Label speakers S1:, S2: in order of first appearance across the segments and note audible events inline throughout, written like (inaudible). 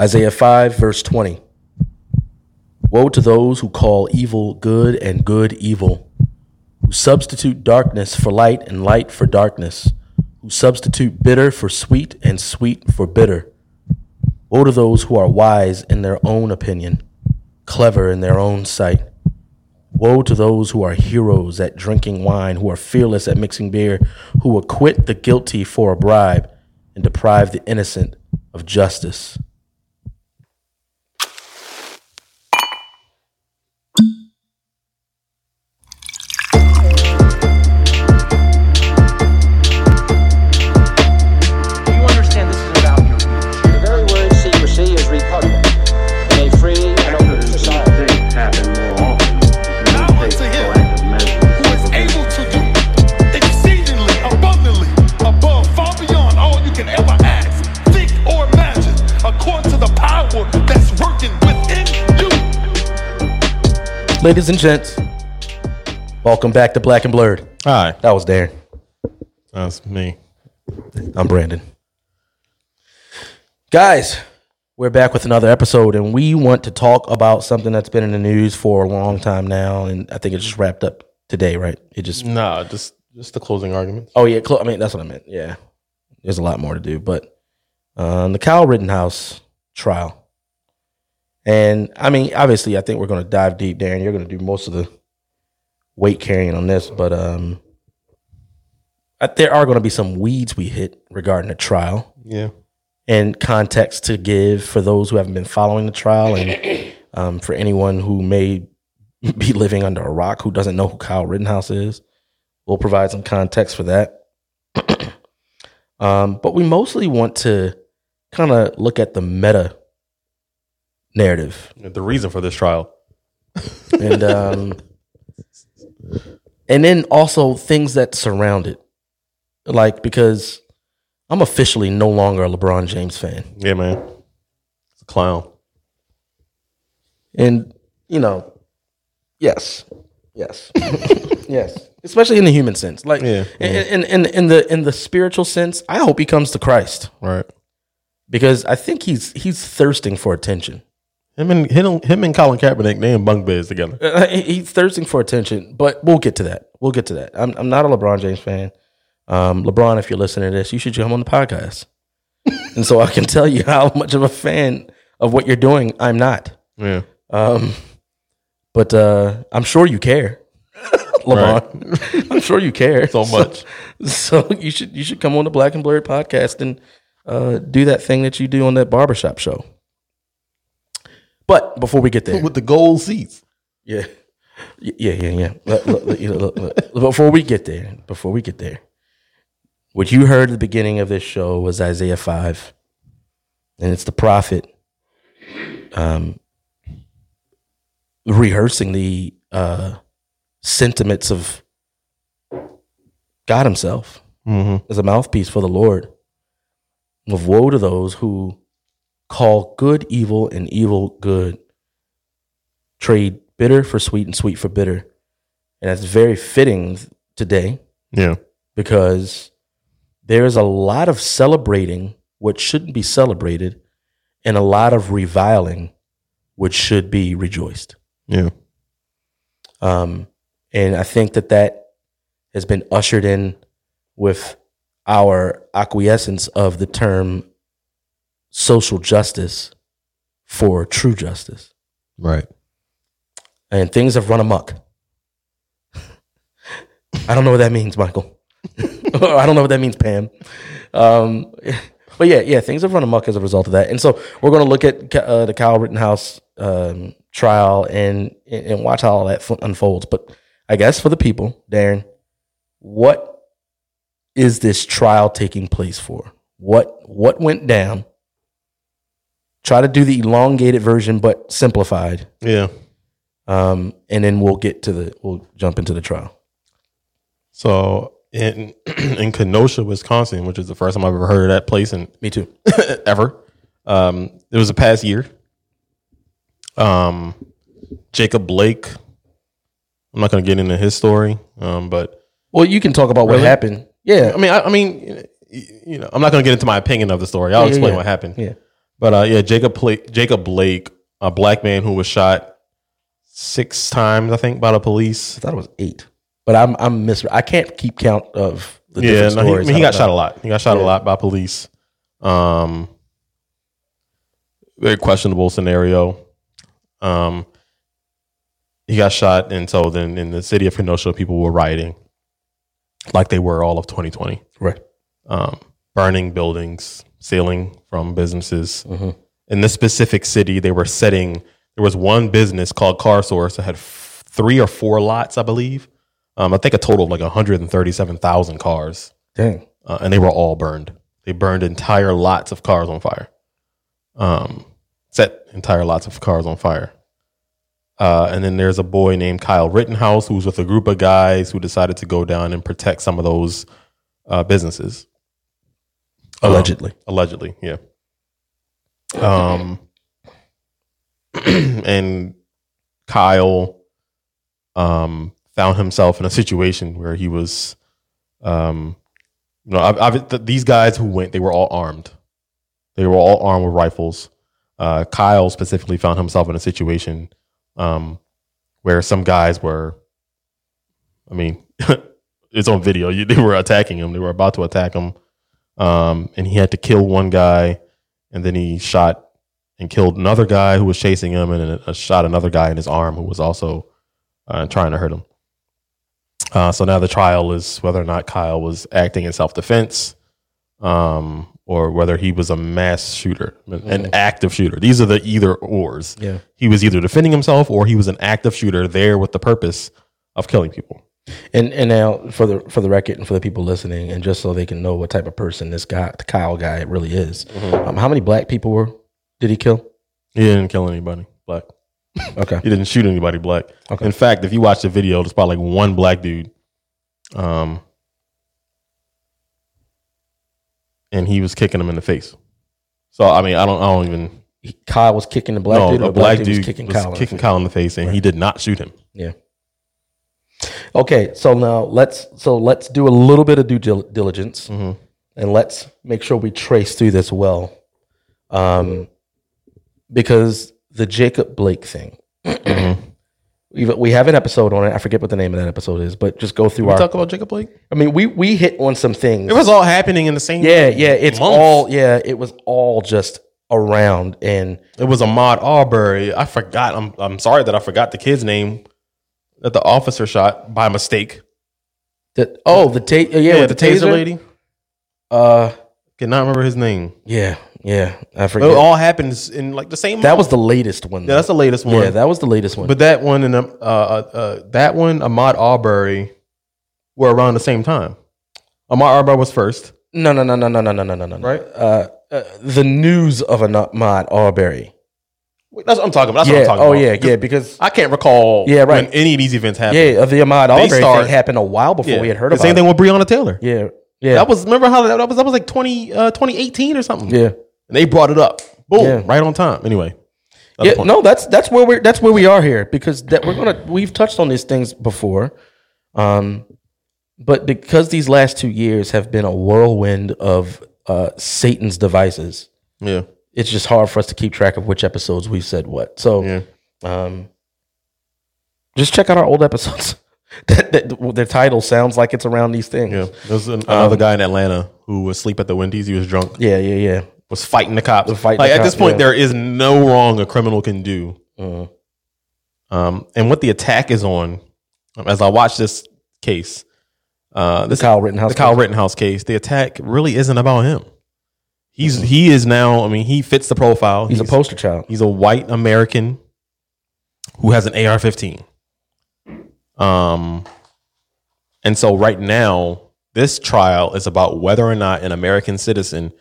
S1: Isaiah 5, verse 20. Woe to those who call evil good and good evil, who substitute darkness for light and light for darkness, who substitute bitter for sweet and sweet for bitter. Woe to those who are wise in their own opinion, clever in their own sight. Woe to those who are heroes at drinking wine, who are fearless at mixing beer, who acquit the guilty for a bribe and deprive the innocent of justice.
S2: You understand this is about your
S3: The very word secrecy is repugnant in a free and open society.
S4: Now unto him who is able to do exceedingly abundantly above, far beyond all you can ever ask, think, or imagine, according to the power that's working within you.
S1: Ladies and gents, welcome back to Black and Blurred.
S5: Hi,
S1: That was Darren.
S5: that's me.
S1: I'm Brandon. Guys, we're back with another episode, and we want to talk about something that's been in the news for a long time now, and I think it just wrapped up today, right? It just
S5: Nah, just just the closing arguments.
S1: Oh yeah, clo- I mean that's what I meant. Yeah, there's a lot more to do, but um, the Kyle Rittenhouse trial, and I mean obviously I think we're going to dive deep, Darren. You're going to do most of the weight carrying on this, but um, I, there are going to be some weeds we hit regarding the trial
S5: Yeah,
S1: and context to give for those who haven't been following the trial and (clears throat) um, for anyone who may (laughs) be living under a rock who doesn't know who Kyle Rittenhouse is. We'll provide some context for that. (clears throat) um, but we mostly want to kind of look at the meta narrative
S5: the reason for this trial.
S1: and um, and then also things that surround it, like because I'm officially no longer a LeBron James fan.
S5: Yeah, man, it's a clown.
S1: And you know, yes, yes, (laughs) yes. Especially in the human sense, like
S5: Yeah.
S1: in, in, in in the in the spiritual sense, I hope he comes to Christ
S5: Right.
S1: because I think he's he's thirsting for attention.
S5: Him and him, him and Colin Kaepernick, they in bunk beds together.
S1: Uh, he- he's thirsting for attention, but we'll get to that. We'll get to that. I'm I'm not a LeBron James fan. Um, LeBron, if you're listening to this, you should come on the podcast, (laughs) and so I can tell you how much of a fan of what you're doing I'm not.
S5: Yeah.
S1: Um, but uh, I'm sure you
S5: (laughs)
S1: care, LeBron. I'm sure you care
S5: So much.
S1: (laughs) So, you should you should come on the Black and Blurred podcast and uh, do that thing that you do on that barbershop show. But before we get there,
S5: (laughs) With the gold seats.
S1: yeah, Y- yeah, yeah, yeah. Look, look, look, you know, look, look. Before we get there, before we get there, what you heard at the beginning of this show was Isaiah five, and it's the prophet, um, rehearsing the uh, sentiments of God Himself as a mouthpiece for the Lord. Of woe to those who call good evil and evil good trade bitter for sweet and sweet for bitter. And that's very fitting today
S5: Yeah.
S1: because there is a lot of celebrating what shouldn't be celebrated and a lot of reviling which should be rejoiced.
S5: Yeah.
S1: Um, and I think that that has been ushered in with our acquiescence of the term social justice for true justice.
S5: Right.
S1: and things have run amok. I don't know what that means, Michael. (laughs) Or I don't know what that means, Pam. Um, but yeah, yeah, things have run amok as a result of that. And so we're going to look at uh, the Kyle Rittenhouse um, trial and and watch how all that f- unfolds. But I guess for the people, Darren, what is this trial taking place for? What what went down? Try to do the elongated version, but simplified
S5: Yeah.
S1: um, and then we'll get to the we'll jump into the trial.
S5: So in (clears throat) in Kenosha, Wisconsin, which is the first time I've ever heard of that place in e,
S1: Me too.
S5: ever. Um, it was the past year. Um, Jacob Blake. I'm not going to get into his story, um, but
S1: Well, you can talk about
S5: Really?
S1: what happened. Yeah,
S5: I mean, I, I mean, y- you know, I'm not going to get into my opinion of the story. I'll
S1: Yeah,
S5: explain
S1: yeah.
S5: what happened.
S1: yeah.
S5: But uh, yeah, Jacob Pla- Jacob Blake, a black man who was shot six times, I think, by the police.
S1: I thought it was eight, but I'm I'm mis. I can't keep count of the
S5: Yeah,
S1: different
S5: no, he, I
S1: stories.
S5: mean, he
S1: I
S5: got
S1: don't
S5: shot
S1: know.
S5: a lot. He got shot a lot by police. Um, very questionable scenario. Um, he got shot, and so then in the city of Kenosha, people were rioting, like they were all of 2020.
S1: Right.
S5: um, burning buildings, stealing from businesses. In this specific city, they were setting. There was one business called Car Source that had f- three or four lots, I believe. Um, I think a total of like 137,000 cars,
S1: Dang.
S5: uh, and they were all burned. They burned entire lots of cars on fire. Um, set entire lots of cars on fire. Uh, and then there's a boy named Kyle Rittenhouse who was with a group of guys who decided to go down and protect some of those uh, businesses. Um,
S1: Allegedly.
S5: allegedly, yeah. Um, (clears throat) and Kyle um, found himself in a situation where he was, um, you know, I've, I've, th- these guys who went, they were all armed. They were all armed with rifles. Uh, Kyle specifically found himself in a situation um, where some guys were, I mean, (laughs) it's on video. You, they were attacking him. They were about to attack him, um, and he had to kill one guy, and then he shot and killed another guy who was chasing him, and then uh, shot another guy in his arm who was also uh, trying to hurt him. Uh, so now the trial is whether or not Kyle was acting in self defense, um, or whether he was a mass shooter, an an active shooter. These are the either ors.
S1: Yeah.
S5: He was either defending himself or he was an active shooter there with the purpose of killing people.
S1: And and now for the for the record and for the people listening, and just so they can know what type of person this guy, the Kyle guy, really is.
S5: Mm-hmm.
S1: Um, how many black people were did he kill?
S5: He didn't kill anybody black.
S1: Okay.
S5: He didn't shoot anybody black.
S1: Okay.
S5: In fact, if you watch the video, there's probably like one black dude. Um, and he was kicking him in the face. So I mean, I don't, I don't even.
S1: He- Kyle was kicking the black
S5: no,
S1: dude. or
S5: a
S1: the
S5: black, dude
S1: was kicking Kyle. in the face?
S5: in the face, and he did not shoot him.
S1: Yeah. Okay, so now let's so let's do a little bit of due dil- diligence,
S5: Mm-hmm.
S1: and let's make sure we trace through this well, um, because the Jacob Blake thing.
S5: Mm-hmm.
S1: We've- (clears throat) We have an episode on it. I forget what the name of that episode is, but just go through our.
S5: Talk about Jacob Blake.
S1: I mean, we we hit on some things.
S5: It was all happening in the same.
S1: yeah, yeah. It's
S5: month.
S1: all yeah. It was all just around, and
S5: It was Ahmad Arbery. I forgot. I'm I'm sorry that I forgot the kid's name that the officer shot by mistake.
S1: the oh the tape yeah, with the, taser,
S5: lady.
S1: Uh,
S5: Cannot remember his name.
S1: yeah, yeah. I
S5: It
S1: forget.
S5: Oh, all happens in like the same.
S1: That was the latest one.
S5: yeah, that's the latest one.
S1: Yeah, that was the latest one.
S5: but that one and um, uh, uh, uh, that one, Ahmad Arbery, were around the same time. Ahmad Arbery was first.
S1: no, no, no, no, no, no, no, no, no, no.
S5: Right.
S1: Uh, uh, the news of Ahmad Arbery.
S5: Wait, That's what I'm talking about. That's
S1: Yeah.
S5: what I'm
S1: Oh,
S5: talking
S1: yeah,
S5: about.
S1: yeah. Because
S5: I can't recall.
S1: Yeah, right.
S5: When any of these events happened.
S1: yeah, of the Ahmad Arbery
S5: start-
S1: thing happened a while before we had heard
S5: the
S1: about
S5: same
S1: it.
S5: thing with Breonna Taylor.
S1: Yeah. Yeah.
S5: That was remember how that, that was that was like 20, uh, 2018 or something.
S1: yeah.
S5: and they brought it up. Boom,
S1: Yeah.
S5: right on time. Anyway,
S1: Yeah, no, that's that's where we're that's where we are here because that we're gonna we've touched on these things before, um, but because these last two years have been a whirlwind of uh, Satan's devices,
S5: yeah,
S1: it's just hard for us to keep track of which episodes we've said what. So,
S5: yeah.
S1: Um, just check out our old episodes. (laughs) that, that their title sounds like it's around these things.
S5: Yeah, there's an,
S1: um,
S5: another guy in Atlanta who was asleep at the Wendy's. He was drunk,
S1: yeah, yeah, yeah.
S5: was fighting the cops.
S1: fighting
S5: like
S1: the
S5: at this
S1: cops,
S5: point,
S1: yeah. Uh-huh.
S5: there is no wrong a criminal can do. Um, and what the attack is on, um, as I watch this case, uh, this
S1: Kyle Rittenhouse
S5: the Kyle
S1: case?
S5: Rittenhouse case, the attack really isn't about him. He's he is now. I mean, he fits the profile.
S1: He's, a poster child.
S5: He's a white American who has an AR-15. Um, and so right now, this trial is about whether or not an American citizen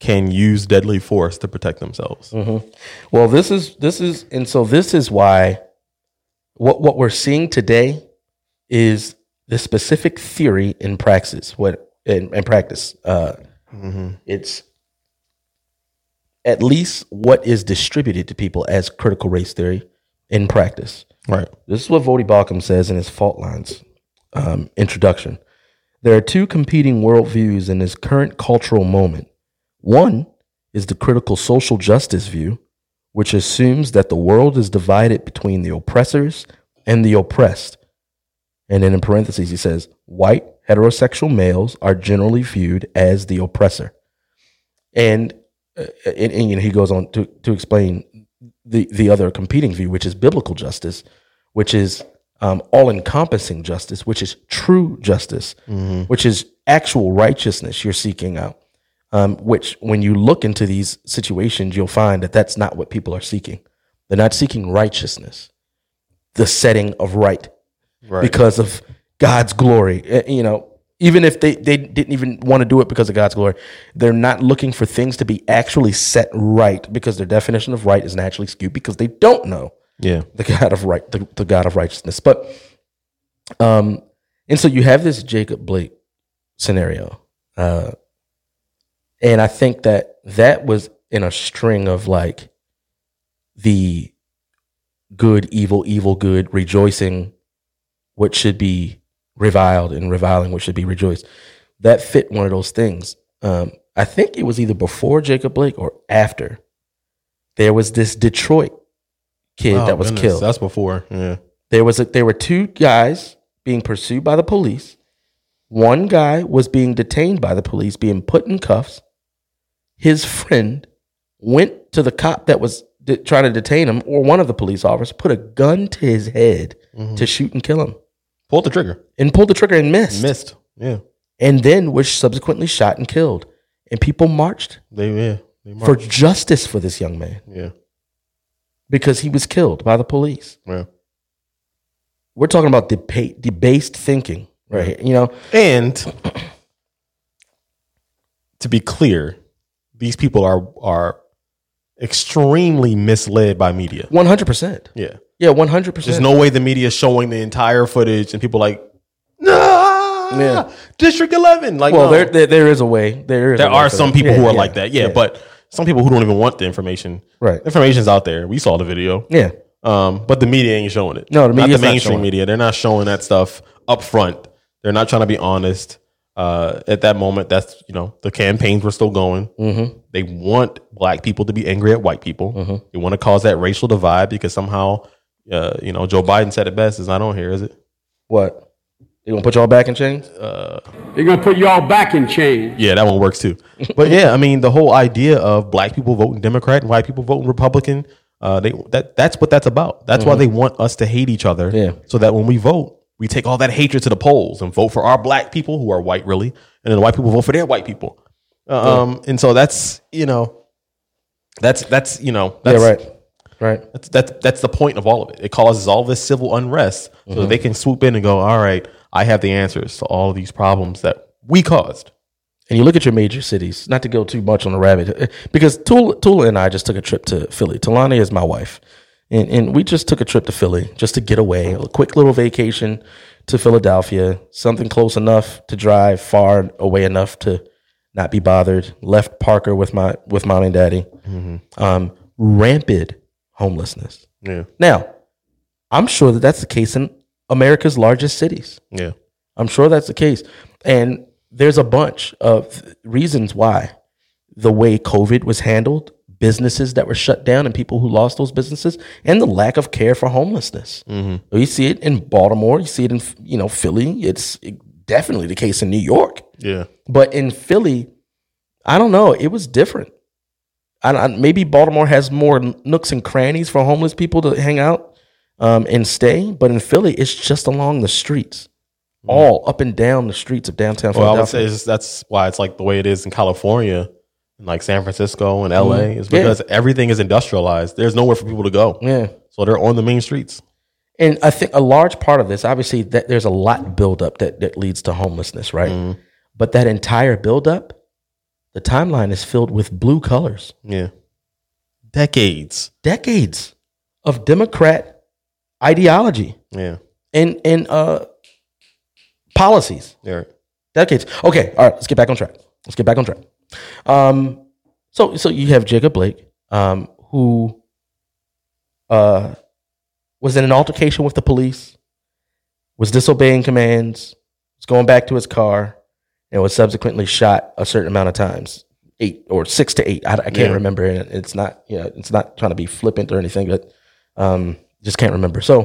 S5: can use deadly force to protect themselves.
S1: Mm. Well, this is this is, and so this is why what what we're seeing today is the specific theory in praxis. What in, in practice, uh, it's at least what is distributed to people as critical race theory in practice.
S5: Right.
S1: This is what Vody Balkum says in his Fault Lines um, introduction. There are two competing worldviews in this current cultural moment. One is the critical social justice view, which assumes that the world is divided between the oppressors and the oppressed. And then in parentheses, he says, white heterosexual males are generally viewed as the oppressor. And, uh, and, and, you know, he goes on to, to explain the, the other competing view, which is biblical justice, which is um, all encompassing justice, which is true justice, which is actual righteousness you're seeking out. Um, which, when you look into these situations, you'll find that that's not what people are seeking. They're not seeking righteousness, the setting of right,
S5: Right.
S1: because of God's glory. Eh, You know, even if they, they didn't even want to do it because of God's glory, they're not looking for things to be actually set right because their definition of right is naturally skewed because they don't know
S5: yeah.
S1: the God of right, the, the God of righteousness. But, um, and so you have this Jacob Blake scenario, uh, and I think that that was in a string of like the good, evil, evil, good, rejoicing, what should be reviled, and reviling what should be rejoiced. That fit one of those things. Um, I think it was either before Jacob Blake or after. There was this Detroit kid
S5: Oh,
S1: that was
S5: goodness,
S1: killed
S5: That's before. Yeah.
S1: there was a, there were two guys being pursued by the police. One guy was being detained by the police, being put in cuffs. His friend went to the cop that was de- trying to detain him, or one of the police officers, put a gun to his head to shoot and kill him,
S5: Pulled the trigger.
S1: and pulled the trigger and missed,
S5: Missed. Yeah.
S1: and then was subsequently shot and killed. And people marched
S5: They yeah. They
S1: for
S5: marched.
S1: justice for this young man
S5: yeah.
S1: because he was killed by the police.
S5: Yeah.
S1: We're talking about deba- debased thinking, right? here. You know,
S5: And to be clear, these people are are extremely misled by media.
S1: one hundred percent.
S5: Yeah.
S1: Yeah, one hundred percent.
S5: There's no way the media is showing the entire footage and people like, no,
S1: Yeah.
S5: District 11. Like,
S1: Well,
S5: no.
S1: there, there there is a way. There is
S5: there
S1: a way
S5: are
S1: for
S5: some
S1: that.
S5: people
S1: Yeah,
S5: who are
S1: yeah,
S5: like that. Yeah, but some people who don't even want the information.
S1: Right.
S5: Information's out there. We saw the video.
S1: yeah,
S5: Um, but the media ain't showing it.
S1: No, the
S5: not the
S1: media's not
S5: mainstream
S1: showing it.
S5: media. They're not showing that stuff up front. They're not trying to be honest. Uh, at that moment, that's you know the campaigns were still going.
S1: Mm-hmm.
S5: They want black people to be angry at white people. They want to cause that racial divide because somehow, uh, you know, Joe Biden said it best. It's not on here, is it?
S1: what they gonna put y'all back in chains?
S6: They're gonna put y'all back in chains.
S5: Yeah, that one works too. But yeah, I mean, the whole idea of black people voting Democrat and white people voting Republican, uh, they that that's what that's about. That's why they want us to hate each other.
S1: Mm-hmm. Yeah.
S5: So that when we vote, we take all that hatred to the polls and vote for our black people who are white, really, and then the white people vote for their white people. Um, and so that's you know, that's that's you know,
S1: yeah,
S5: that's
S1: right, right.
S5: that's, that's that's the point of all of it. It causes all this civil unrest,
S1: Mm-hmm.
S5: so they can swoop in and go, all right, I have the answers to all of these problems that we caused.
S1: And you look at your major cities. Not to go too much on the rabbit, eh, because Tula, Tula and I just took a trip to Philly. Talani is my wife, and and we just took a trip to Philly just to get away, a quick little vacation to Philadelphia, something close enough to drive, far away enough to not be bothered. Left Parker with my with mom and daddy. Um, rampant homelessness.
S5: Yeah,
S1: Now, I'm sure that that's the case in America's largest cities.
S5: yeah.
S1: I'm sure that's the case. And there's a bunch of reasons why the way COVID was handled, businesses that were shut down, and people who lost those businesses, and the lack of care for homelessness. You see it in Baltimore. You see it in you know Philly. It's definitely the case in New York.
S5: Yeah.
S1: But in Philly, I don't know. It was different. I, I, maybe Baltimore has more nooks and crannies for homeless people to hang out um, and stay, but in Philly, it's just along the streets, all up and down the streets of downtown
S5: Mm-hmm. Well, I would
S1: Philadelphia.
S5: say is that's why it's like the way it is in California, and like San Francisco and LA,
S1: Mm-hmm.
S5: is because everything is industrialized. There's nowhere for people to go.
S1: yeah,
S5: So they're on the main streets.
S1: and I think a large part of this, obviously, that there's a lot buildup that that leads to homelessness, right?
S5: Mm-hmm.
S1: But that entire buildup, the timeline is filled with blue colors.
S5: Yeah. Decades.
S1: decades of Democrat ideology
S5: Yeah.
S1: and and uh, policies.
S5: Yeah.
S1: Decades. Okay, all right. Let's get back on track. Let's get back on track. Um, so so you have Jacob Blake, um, who uh, was in an altercation with the police, was disobeying commands, was going back to his car, and was subsequently shot a certain amount of times. eight or six to eight. I, I can't
S5: Yeah.
S1: remember, and it's not you know it's not trying to be flippant or anything, but um, just can't remember. So,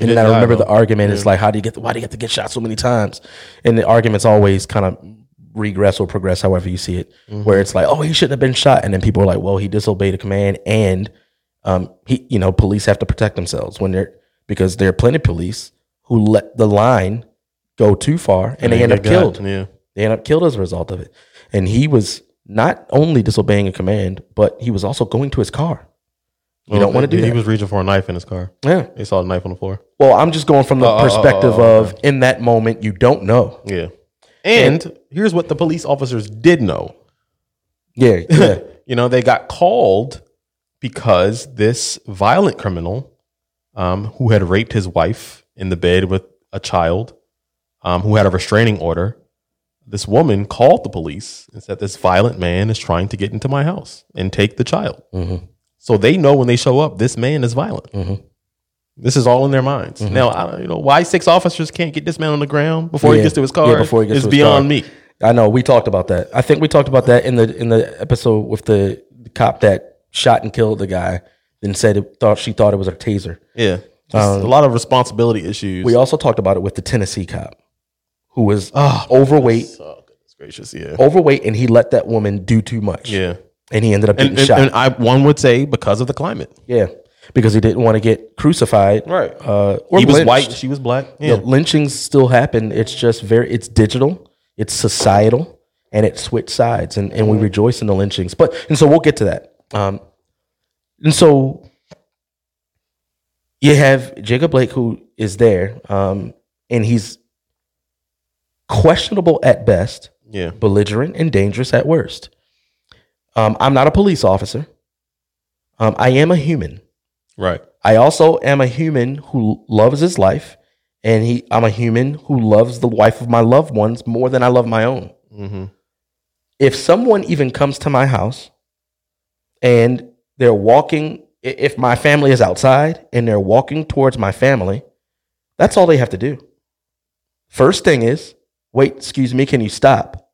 S1: and then
S5: didn't
S1: I
S5: die,
S1: remember
S5: though.
S1: the argument is like, how do you get the, why do you have to get shot so many times? And the arguments always kind of regress or progress, however you see it,
S5: Mm-hmm.
S1: where it's like, oh, he shouldn't have been shot, and then people are like, well, he disobeyed a command, and um, he you know police have to protect themselves when they're because there are plenty of police who let the line go too far and, they end up
S5: get got.
S1: killed.
S5: Yeah.
S1: They end up killed as a result of it. And he was not only disobeying a command, but he was also going to his car. You
S5: Well,
S1: don't want to do
S5: Oh, He
S1: that.
S5: was reaching for a knife in his car.
S1: yeah.
S5: They saw a knife on the floor.
S1: Well, I'm just going from the
S5: Oh, oh, oh,
S1: perspective
S5: oh, oh,
S1: of in that moment, you don't know.
S5: Yeah. And, here's what the police officers did know. (laughs)
S1: Yeah. Yeah.
S5: You know, they got called because this violent criminal um, who had raped his wife in the bed with a child, um, who had a restraining order, this woman called the police and said, This violent man is trying to get into my house and take the child.
S1: Mm-hmm.
S5: So they know when they show up, this man is violent. This is all in their minds.
S1: Mm-hmm.
S5: Now, I don't, you know, why six officers can't get this man on the ground before
S1: Yeah.
S5: he gets to his
S1: Yeah,
S5: car
S1: before he gets
S5: is
S1: to his
S5: beyond
S1: car.
S5: me.
S1: I know. We talked about that. I think we talked about that in the in the episode with the cop that shot and killed the guy and said it thought she thought it was her taser.
S5: Yeah. Just a lot of responsibility issues.
S1: Um, We also talked about it with the Tennessee cop who was
S5: Oh,
S1: overweight,
S5: oh, goodness gracious. Yeah.
S1: overweight, and he let that woman do too much.
S5: Yeah.
S1: and he ended up getting
S5: And, and,
S1: shot.
S5: and I, one would say because of the climate.
S1: yeah, because he didn't want to get crucified.
S5: Right.
S1: Uh, or
S5: he was
S1: lynched.
S5: white. She was black. Yeah.
S1: You know, lynchings still happen. It's just very. It's digital. It's societal, and it switched sides, and, and we rejoice in the lynchings. But and so we'll get to that. Um, and so you have Jacob Blake who is there, um, and he's questionable at best.
S5: Yeah.
S1: belligerent and dangerous at worst. Um, I'm not a police officer. Um, I am a human.
S5: Right.
S1: I also am a human who loves his life, and he. I'm a human who loves the wife of my loved ones more than I love my own. If someone even comes to my house, and they're walking, i- if my family is outside and they're walking towards my family, that's all they have to do. First thing is, wait, excuse me, can you stop?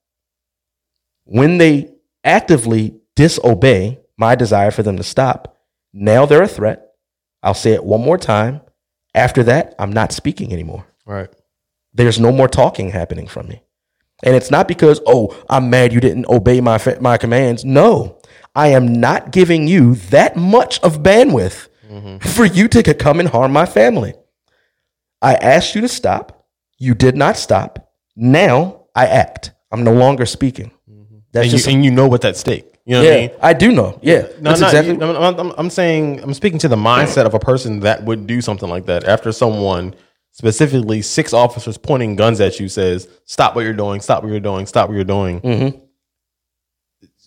S1: When they actively disobey my desire for them to stop, now they're a threat. I'll say it one more time. After that, I'm not speaking anymore.
S5: Right.
S1: There's no more talking happening from me. And it's not because, oh, I'm mad you didn't obey my, fa- my commands. No, I am not giving you that much of bandwidth for you to c- come and harm my family. I asked you to stop. You did not stop. Now I act. I'm no longer speaking. That's
S5: And
S1: just,
S5: you, and you know what's at stake. You know
S1: yeah,
S5: what I mean?
S1: I do know. Yeah,
S5: No,
S1: that's
S5: not,
S1: exactly.
S5: I'm, I'm- I'm- I'm saying I'm speaking to the mindset of a person that would do something like that after someone, specifically six officers pointing guns at you, says, "Stop what you're doing! Stop what you're doing! Stop what you're doing!"
S1: Mm-hmm.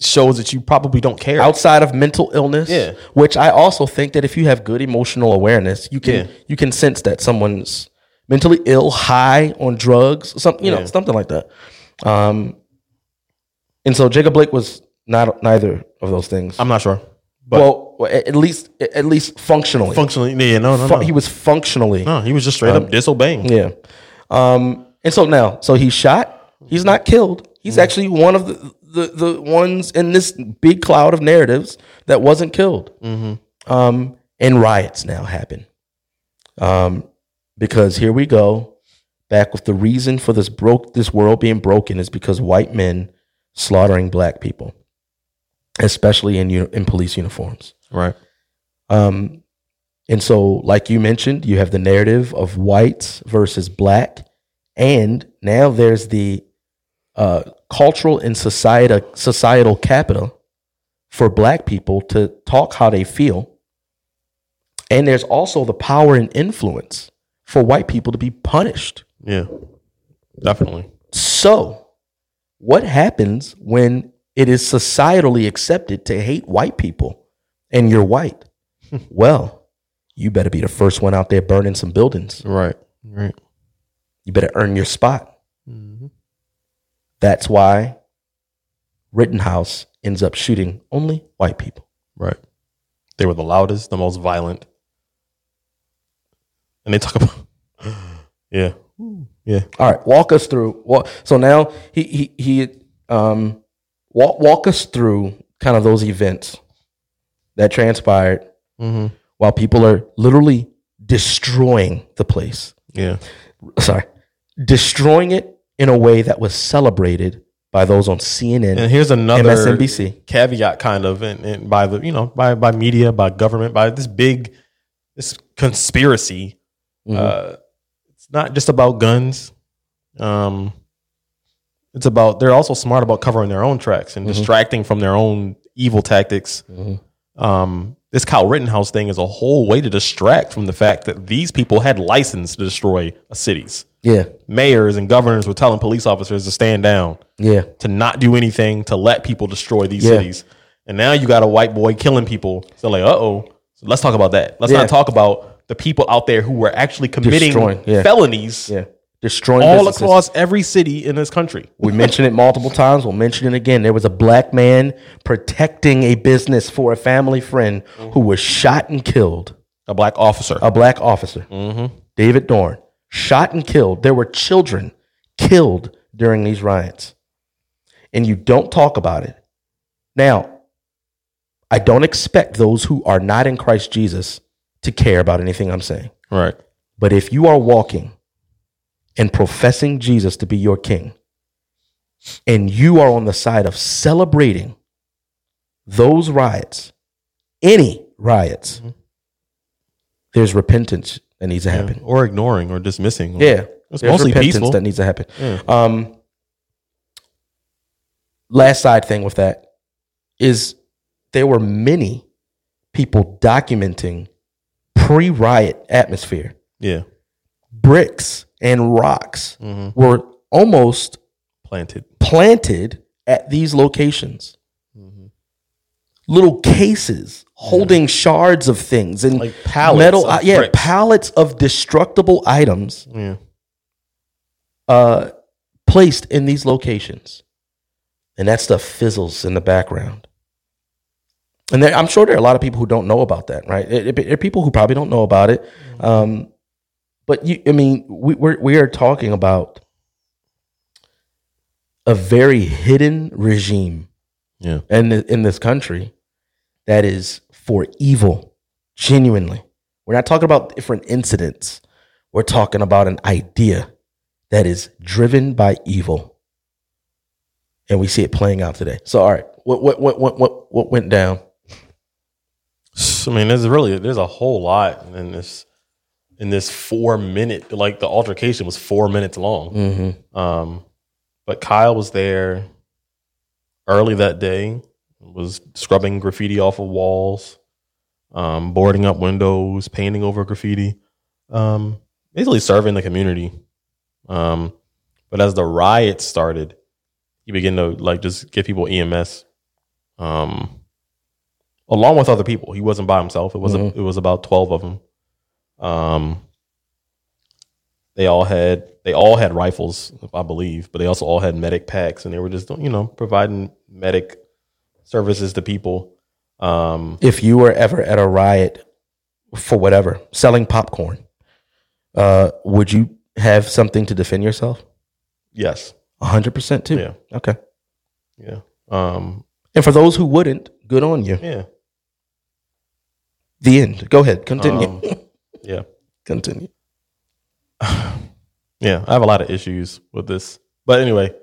S5: Shows that you probably don't care.
S1: outside of mental illness
S5: Yeah.
S1: which i also think that if you have good emotional awareness you can
S5: Yeah.
S1: you can sense that someone's mentally ill high on drugs something you know
S5: Yeah.
S1: something like that um and so jacob blake was not neither of those things
S5: I'm not sure, but
S1: well a- at least at least functionally
S5: functionally, yeah, no, no,
S1: Fu-
S5: no.
S1: he was functionally
S5: no, he was just straight up disobeying.
S1: yeah. Um, and so now, so he's shot. He's not killed. He's
S5: Mm-hmm.
S1: actually one of the, the the ones in this big cloud of narratives that wasn't killed.
S5: Mm-hmm.
S1: Um, and riots now happen. Um, because here we go back with the reason for this broke this world being broken is because white men slaughtering black people, especially in uni- in police uniforms.
S5: Right.
S1: Um, and so, like you mentioned, you have the narrative of whites versus black, and now there's the uh, cultural and societal societal capital for black people to talk how they feel, and there's also the power and influence for white people to be punished.
S5: Yeah. Definitely.
S1: So, what happens when it is societally accepted to hate white people and you're white? well, you better be the first one out there burning some buildings.
S5: Right. Right.
S1: You better earn your spot. That's why Rittenhouse ends up shooting only white people.
S5: Right. They were the loudest, the most violent. And they talk about (gasps) Yeah. Yeah.
S1: All right, walk us through. Well, so now he he he um Walk walk us through kind of those events that transpired
S5: Mm-hmm.
S1: while people are literally destroying the place.
S5: Yeah.
S1: Sorry, destroying it in a way that was celebrated by those on CNN.
S5: And here's another uh,
S1: MSNBC.
S5: caveat, kind of, and, and by the you know by by media, by government, by this big this conspiracy.
S1: Mm-hmm.
S5: Uh, it's not just about guns. Um, it's about they're also smart about covering their own tracks and distracting from their own evil tactics. Um, this Kyle Rittenhouse thing is a whole way to distract from the fact that these people had license to destroy cities.
S1: yeah,
S5: Mayors and governors were telling police officers to stand down
S1: yeah,
S5: to not do anything to let people destroy these
S1: Yeah.
S5: cities. And now you got a white boy killing people. So like, uh oh, so let's talk about that. Let's
S1: Yeah.
S5: not talk about the people out there who were actually committing
S1: Destroying, yeah.
S5: felonies
S1: yeah. Destroying
S5: all
S1: businesses.
S5: across every city in this country.
S1: We mentioned it multiple times. We'll mention it again. There was a black man protecting a business for a family friend
S5: Mm-hmm.
S1: who was shot and killed.
S5: A black officer.
S1: A black officer, David Dorn, shot and killed. There were children killed during these riots. And you don't talk about it. Now, I don't expect those who are not in Christ Jesus to care about anything I'm saying.
S5: right.
S1: But if you are walking and professing Jesus to be your king, and you are on the side of celebrating those riots, any riots,
S5: Mm-hmm.
S1: there's repentance that needs to happen.
S5: Or ignoring or dismissing.
S1: Yeah.
S5: It's
S1: there's
S5: mostly
S1: repentance
S5: peaceful.
S1: that needs to happen. Um, last side thing with that is there were many people documenting pre riot atmosphere
S5: Yeah.
S1: bricks and rocks
S5: Mm-hmm.
S1: were almost
S5: Planted.
S1: planted at these locations.
S5: Mm-hmm.
S1: Little cases holding shards of things and
S5: Like pallets
S1: metal, uh,
S5: of
S1: yeah,
S5: bricks.
S1: pallets of destructible items
S5: Yeah.
S1: uh, placed in these locations, and that stuff fizzles in the background. And there, I'm sure there are a lot of people who don't know about that, right? It- it- There are people who probably don't know about it. Um, but you, I mean, we we're, we are talking about a very hidden regime
S5: Yeah.
S1: in th- in this country that is for evil. Genuinely, we're not talking about different incidents. We're talking about an idea that is driven by evil, and we see it playing out today. So, all right, what what what what what, what went down?
S5: I mean, there's really there's a whole lot in this in this four minute like the altercation was four minutes long.
S1: Mm-hmm.
S5: Um, but Kyle was there early that day, was scrubbing graffiti off of walls, um, boarding up windows, painting over graffiti, um, basically serving the community. Um, but as the riots started, he began to like just give people EMS. Um, along with other people. He wasn't by himself. It was it was about twelve of them. Um, they all had they all had rifles, I believe, but they also all had medic packs, and they were just you know providing medic services to people. Um,
S1: if you were ever at a riot for whatever selling popcorn, uh, would you have something to defend yourself?
S5: yes,
S1: hundred percent too.
S5: Yeah.
S1: Okay.
S5: yeah, um,
S1: And for those who wouldn't, good on you.
S5: yeah,
S1: The end. Go ahead. Continue.
S5: Um, yeah,
S1: Continue.
S5: yeah. I have a lot of issues with this, but anyway,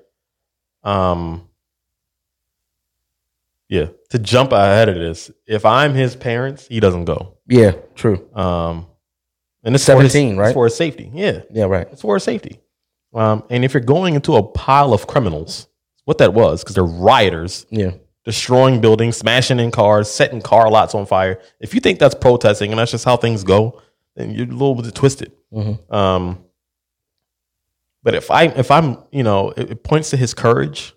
S5: um, yeah. To jump ahead of this, if I'm his parents, he doesn't go.
S1: Yeah. True.
S5: Um, and it's for his-
S1: 17, right?
S5: It's for his safety. Yeah,
S1: Yeah. Right.
S5: it's for his safety. Um, and if you're going into a pile of criminals, what that was, because they're rioters,
S1: Yeah.
S5: destroying buildings, smashing in cars, setting car lots on fire. If you think that's protesting and that's just how things go, then you're a little bit twisted. Um, but if I if I'm you know it, it points to his courage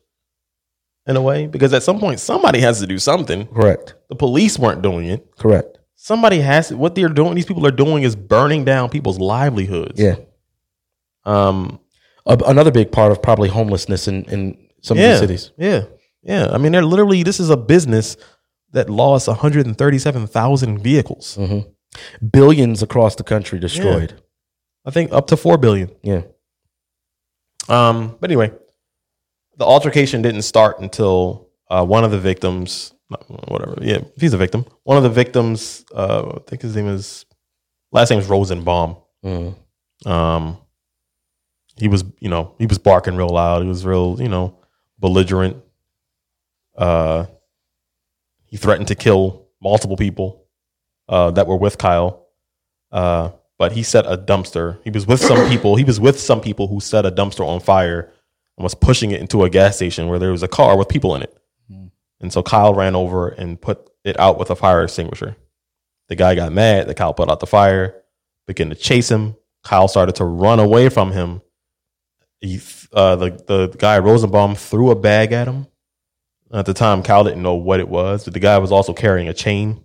S5: in a way because at some point somebody has to do something.
S1: Correct.
S5: The police weren't doing it
S1: Correct.
S5: somebody has to, what they're doing these people are doing is burning down people's livelihoods
S1: Yeah.
S5: um
S1: A- another big part of probably homelessness in in some
S5: yeah
S1: of these cities.
S5: yeah yeah i mean they're literally this is a business that lost 137,000 vehicles
S1: Billions across the country destroyed.
S5: i think up to 4 billion
S1: Yeah.
S5: um but anyway the altercation didn't start until Uh, one of the victims, not- whatever, yeah, he's a victim. One of the victims, uh, I think his name is last name is Rosenbaum.
S1: Mm-hmm.
S5: Um, he was, you know, he was barking real loud. He was real, you know, belligerent. Uh, he threatened to kill multiple people uh, that were with Kyle. Uh, but he set a dumpster. He was with some people. He was with some people who set a dumpster on fire and was pushing it into a gas station where there was a car with people in it. And so Kyle ran over and put it out with a fire extinguisher. The guy got mad that Kyle put out the fire, began to chase him. Kyle started to run away from him. He, th- uh, the, the guy Rosenbaum threw a bag at him. At the time, Kyle didn't know what it was, but the guy was also carrying a chain.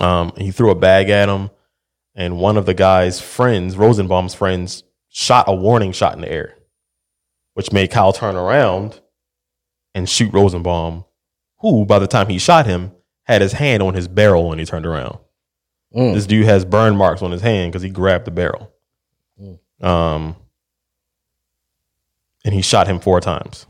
S5: Um, he threw a bag at him, and one of the guy's friends, Rosenbaum's friends, shot a warning shot in the air, which made Kyle turn around and shoot Rosenbaum, who, by the time he shot him, had his hand on his barrel when he turned around.
S1: Mm.
S5: This dude has burn marks on his hand because he grabbed the barrel. Um, and he shot him four times.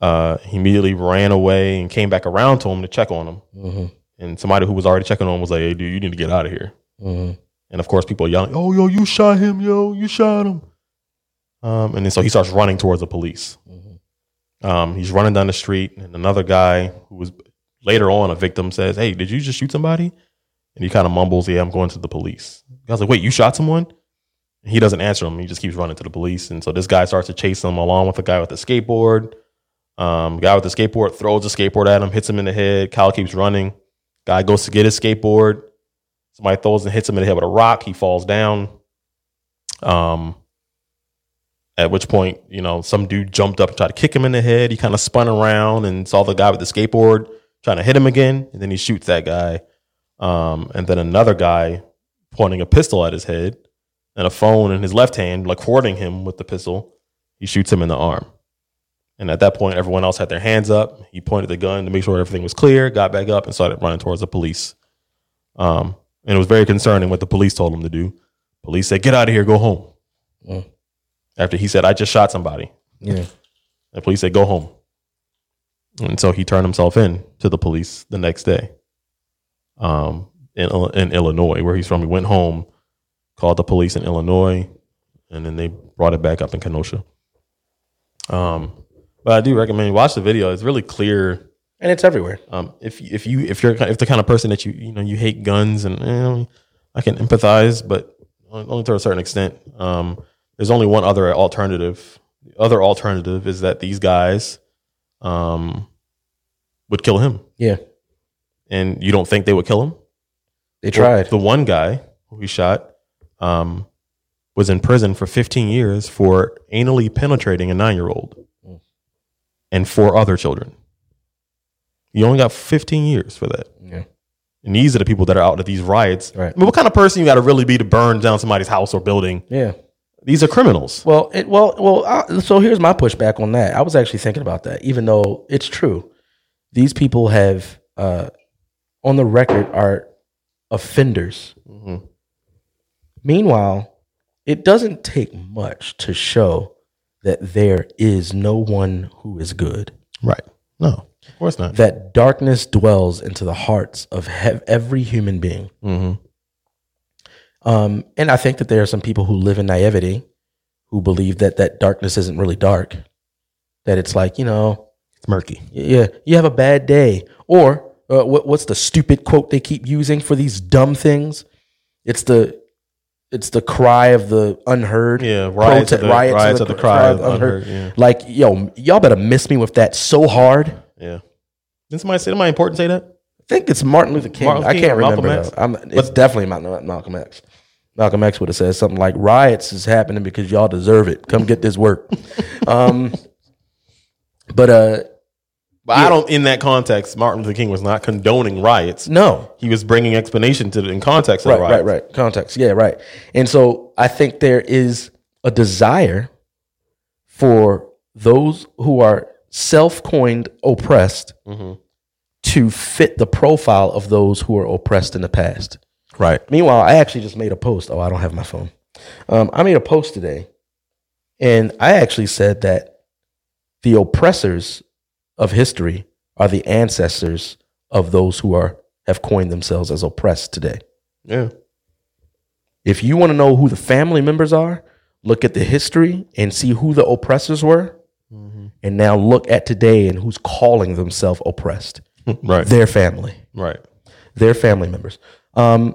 S5: Uh, he immediately ran away and came back around to him to check on him
S1: Mm-hmm.
S5: and somebody who was already checking on him was like, "Hey, dude, you need to get out of here."
S1: Mm-hmm.
S5: And of course, people are yelling, "Oh, yo, you shot him, yo, you shot him!" Um, and then so he starts running towards the police. Um, he's running down the street, and another guy who was later on a victim says, "Hey, did you just shoot somebody?" And he kind of mumbles, "Yeah, I'm going to the police." I was like, "Wait, you shot someone?" And he doesn't answer him. He just keeps running to the police, and so this guy starts to chase him along with the guy with the skateboard. Um, guy with the skateboard throws the skateboard at him, hits him in the head. Kyle keeps running. Guy goes to get his skateboard. Somebody throws and hits him in the head with a rock. He falls down. Um, at which point, you know, some dude jumped up and tried to kick him in the head. He kind of spun around and saw the guy with the skateboard trying to hit him again. And then he shoots that guy. Um, and then another guy pointing a pistol at his head and a phone in his left hand, like hoarding him with the pistol. He shoots him in the arm. And at that point, everyone else had their hands up. He pointed the gun to make sure everything was clear, got back up, and started running towards the police. Um, and it was very concerning what the police told him to do. Police said, Get out of here, go home.
S1: Mm.
S5: After he said, I just shot somebody.
S1: Yeah.
S5: The police said, Go home. And so he turned himself in to the police the next day um, in, Ill- in Illinois, where he's from. He went home, called the police in Illinois, and then they brought it back up in Kenosha. Um, but I do recommend watch the video. It's really clear.
S1: And it's everywhere.
S5: Um, if if you if you're if the kind of person that you you know you hate guns and eh, I can empathize, but only to a certain extent. Um, there's only one other alternative. The other alternative is that these guys, um, would kill him,
S1: Yeah.
S5: and you don't think they would kill him.
S1: They tried.
S5: The one guy who he shot um, was in prison for 15 years for anally penetrating a nine year old and four other children. You only got 15 years for that.
S1: Yeah.
S5: And these are the people that are out at these riots.
S1: Right.
S5: I mean, what kind of person you got to really be to burn down somebody's house or building?
S1: yeah.
S5: These are criminals.
S1: Well, it, well, well. Uh, so here's my pushback on that. I was actually thinking about that, even though it's true, these people have, uh, on the record, are offenders.
S5: Mm-hmm.
S1: Meanwhile, it doesn't take much to show that there is no one who is good.
S5: Right. No, of course not.
S1: That darkness dwells into the hearts of hev- every human being.
S5: Mhm.
S1: Um, and I think that there are some people who live in naivety who believe that that darkness isn't really dark, that it's like, you know,
S5: It's murky.
S1: yeah, you have a bad day. Or uh, what, what's the stupid quote they keep using for these dumb things? It's the it's the cry of the unheard.
S5: Yeah, riots of
S1: Prote-
S5: the- riots of the cry of unheard, yeah.
S1: Like, yo, y'all better miss me with that so hard. I
S5: Yeah. Didn't somebody say, somebody important say that?
S1: think it's Martin Luther King.
S5: Martin Luther
S1: I
S5: King
S1: can't
S5: or Malcolm
S1: remember.
S5: X?
S1: though. I'm, it's definitely not not Malcolm X. Malcolm X would have said something like, "Riots is happening because y'all deserve it. Come get this
S5: (laughs)
S1: work." um, but uh,
S5: But I don't, in that context, Martin Luther King was not condoning riots.
S1: no,
S5: he was bringing explanation to the, in context of
S1: right,
S5: the
S1: right,
S5: riots.
S1: right. Context. Yeah, right. And so I think there is a desire for those who are self-coined oppressed
S5: Mm-hmm.
S1: to fit the profile of those who are oppressed in the past.
S5: right,
S1: Meanwhile, I actually just made a post. Oh, I don't have my phone. Um, I made a post today, and I actually said that the oppressors of history are the ancestors of those who are have coined themselves as oppressed today.
S5: Yeah.
S1: If you want to know who the family members are, look at the history and see who the oppressors were. And now look at today and who's calling themselves oppressed.
S5: (laughs) Right.
S1: Their family,
S5: Right.
S1: their family members. Um,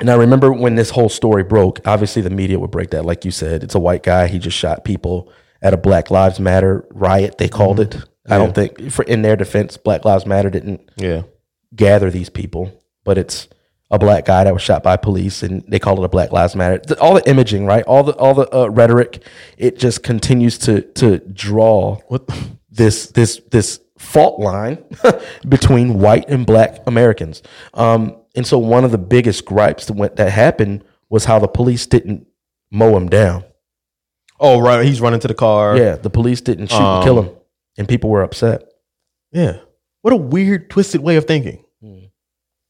S1: and I remember when this whole story broke, obviously the media would break that. Like you said, it's a white guy. He just shot people at a Black Lives Matter riot, they called it. I don't think, for, in their defense, Black Lives Matter didn't
S5: Yeah.
S1: gather these people, but it's a black guy that was shot by police, and they call it a Black Lives Matter. Th- All the imaging, right? All the all the uh, rhetoric, it just continues to to draw this this this fault line (laughs) between white and black Americans. Um, and so one of the biggest gripes that went that happened was how the police didn't mow him down.
S5: Oh, right. He's running to the car.
S1: Yeah, the police didn't shoot and kill him, and people were upset.
S5: Yeah. What a weird, twisted way of thinking.
S1: Hmm.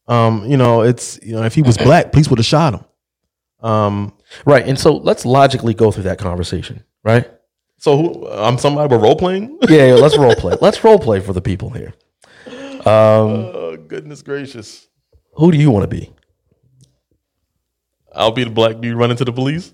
S5: Um, you know, it's you know, if he was black, police would have shot him. Um,
S1: Right. And so let's logically go through that conversation, right?
S5: so who, I'm somebody we're role (laughs) playing.
S1: yeah, yeah, let's role play. Let's role play for the people here. Um,
S5: oh goodness gracious!
S1: Who do you want to be?
S5: I'll be the black dude running to the police.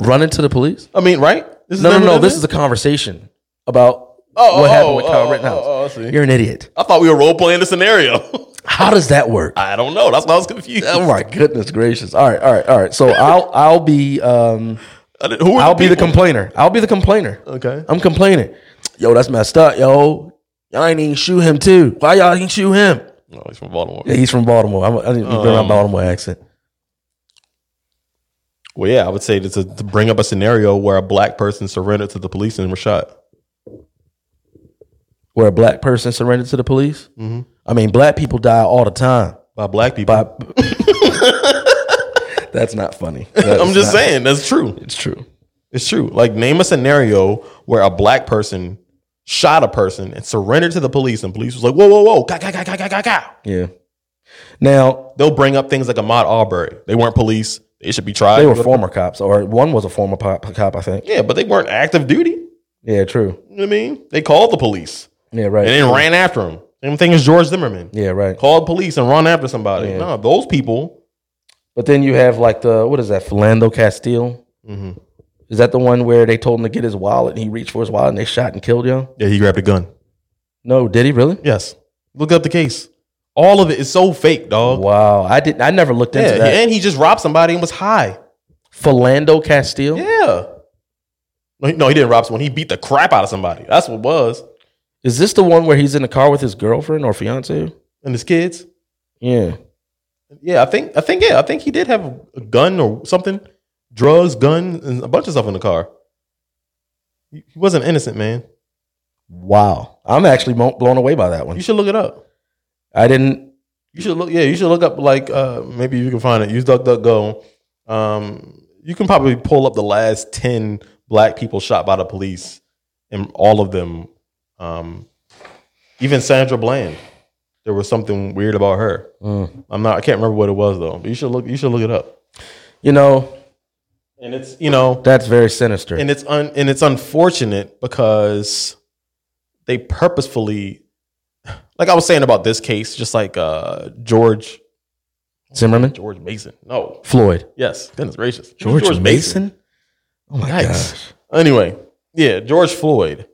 S1: Run into the police?
S5: (laughs) I mean, right? This
S1: No, no,
S5: never
S1: no.
S5: been
S1: This
S5: there?
S1: is a conversation about (laughs)
S5: Oh,
S1: what
S5: oh,
S1: happened with
S5: oh,
S1: Kyle
S5: oh,
S1: Rittenhouse.
S5: oh, oh, I see.
S1: You're an idiot.
S5: I thought we were role playing the scenario. (laughs)
S1: How does that work?
S5: I don't know. That's why I was confused.
S1: Oh my goodness gracious! All right, all right, all right. So I'll I'll be um
S5: (laughs) I didn't- who are
S1: I'll be the
S5: people?
S1: complainer. I'll be the complainer.
S5: Okay.
S1: I'm complaining. Yo, that's messed up. Yo, y'all ain't even shoot him too. Why y'all ain't shoot him?
S5: No, Oh, he's from Baltimore.
S1: Yeah, he's from Baltimore. I'm, I didn't bring my
S5: Um,
S1: Baltimore accent.
S5: Well, yeah, I would say to, to to bring up a scenario where a black person surrendered to the police and were shot.
S1: Where a black person surrendered to the police.
S5: Mm-hmm.
S1: I mean, black people die all the time.
S5: by black people.
S1: by (laughs) that's not funny
S5: I'm just saying that's true.
S1: it's true
S5: It's true. Like name a scenario where a black person shot a person and surrendered to the police, and police was like, "Whoa, whoa, whoa, ka, ka, ka, ka, ka, ka, ka."
S1: yeah now
S5: They'll bring up things like Ahmaud Arbery. They weren't police. They should be tried.
S1: they were former cops or one was a former pop, cop i think
S5: yeah, but they weren't active duty. You
S1: yeah true
S5: know what I mean? They called the police
S1: yeah right
S5: and then ran after him. Same thing as George Zimmerman.
S1: yeah right
S5: Called police and run after somebody.
S1: Yeah.
S5: No, those people.
S1: but then you have like the what is that philando castile
S5: Mm-hmm.
S1: is that the one where they told him to get his wallet and he reached for his wallet and they shot and killed him
S5: Yeah, he grabbed a gun.
S1: no did he really
S5: Yes. Look up the case. All of it is so fake, dog.
S1: wow i didn't i never looked into
S5: Yeah,
S1: that
S5: and he just robbed somebody and was high.
S1: philando castile
S5: Yeah. No, he- no, he didn't rob someone. He beat the crap out of somebody. That's what it was.
S1: is this the one where he's in the car with his girlfriend or fiance
S5: And his kids.
S1: yeah
S5: Yeah, I think I think yeah, I think he did have a gun or something. Drugs, gun, and a bunch of stuff in the car. He he wasn't innocent, man.
S1: wow i'm actually mo- blown away by that one
S5: You should look it up.
S1: i didn't
S5: You should look yeah, you should look up like uh maybe you can find it. Use DuckDuckGo. Um you can probably pull up the last 10 black people shot by the police and all of them um even Sandra Bland. There was something weird about her.
S1: mm.
S5: I'm not I can't remember what it was though. But you should look you should look it up.
S1: you know
S5: And it's you know
S1: That's very sinister.
S5: and it's un, and it's unfortunate because they purposefully like I was saying about this case just like uh George
S1: Zimmerman,
S5: George Mason. No.
S1: Floyd,
S5: Yes. Goodness gracious.
S1: Oh my
S5: Yikes.
S1: gosh!
S5: Anyway, yeah, George Floyd.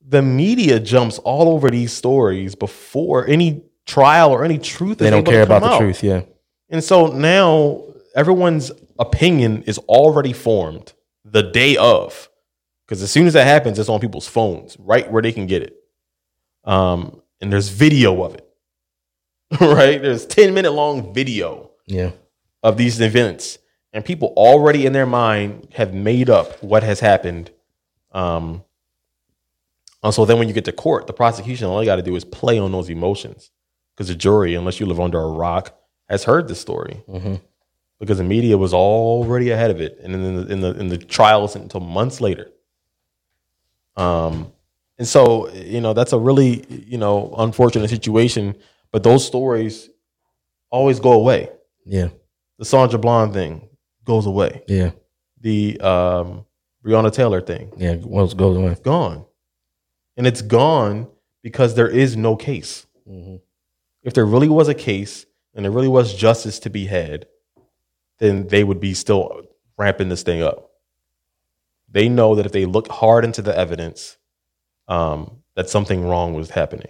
S5: The media jumps all over these stories before any trial or any truth.
S1: They
S5: is
S1: don't
S5: able
S1: care
S5: to come
S1: about the
S5: out.
S1: truth. Yeah,
S5: And so now everyone's opinion is already formed the day of. Because as soon as that happens, it's on people's phones, right where they can get it. Um, and there's video of it. (laughs) right? There's 10 minute long video
S1: yeah.
S5: of these events, and people already in their mind have made up what has happened. Um, and so then when you get to court, the prosecution all they got to do is play on those emotions because the jury, unless you live under a rock, has heard this story
S1: Mm-hmm.
S5: because the media was already ahead of it, and then in the in the, in the trial isn't until months later. Um, and so you know that's a really you know unfortunate situation, but those stories always go away
S1: Yeah,
S5: the Sandra Blonde thing goes away.
S1: yeah,
S5: The um, Breonna Taylor thing
S1: yeah. Well, it goes away.
S5: gone, and it's gone because there is no case. If there really was a case and there really was justice to be had, then they would be still ramping this thing up. They know that if they look hard into the evidence, um, that something wrong was happening.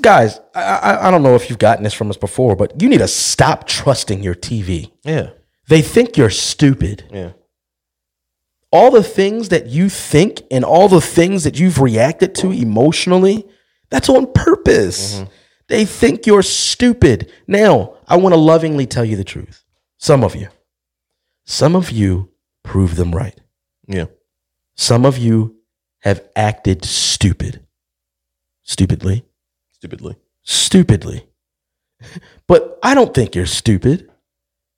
S1: Guys, I, I, I don't know if you've gotten this from us before, but you need to stop trusting your TV.
S5: Yeah,
S1: They think you're stupid.
S5: yeah,
S1: all the things that you think and all the things that you've reacted to emotionally, that's on purpose. They think you're stupid. Now, I want to lovingly tell you the truth. Some of you, some of you prove them right.
S5: yeah.
S1: Some of you have acted stupid, stupidly,
S5: Stupidly.
S1: stupidly. (laughs) But I don't think you're stupid.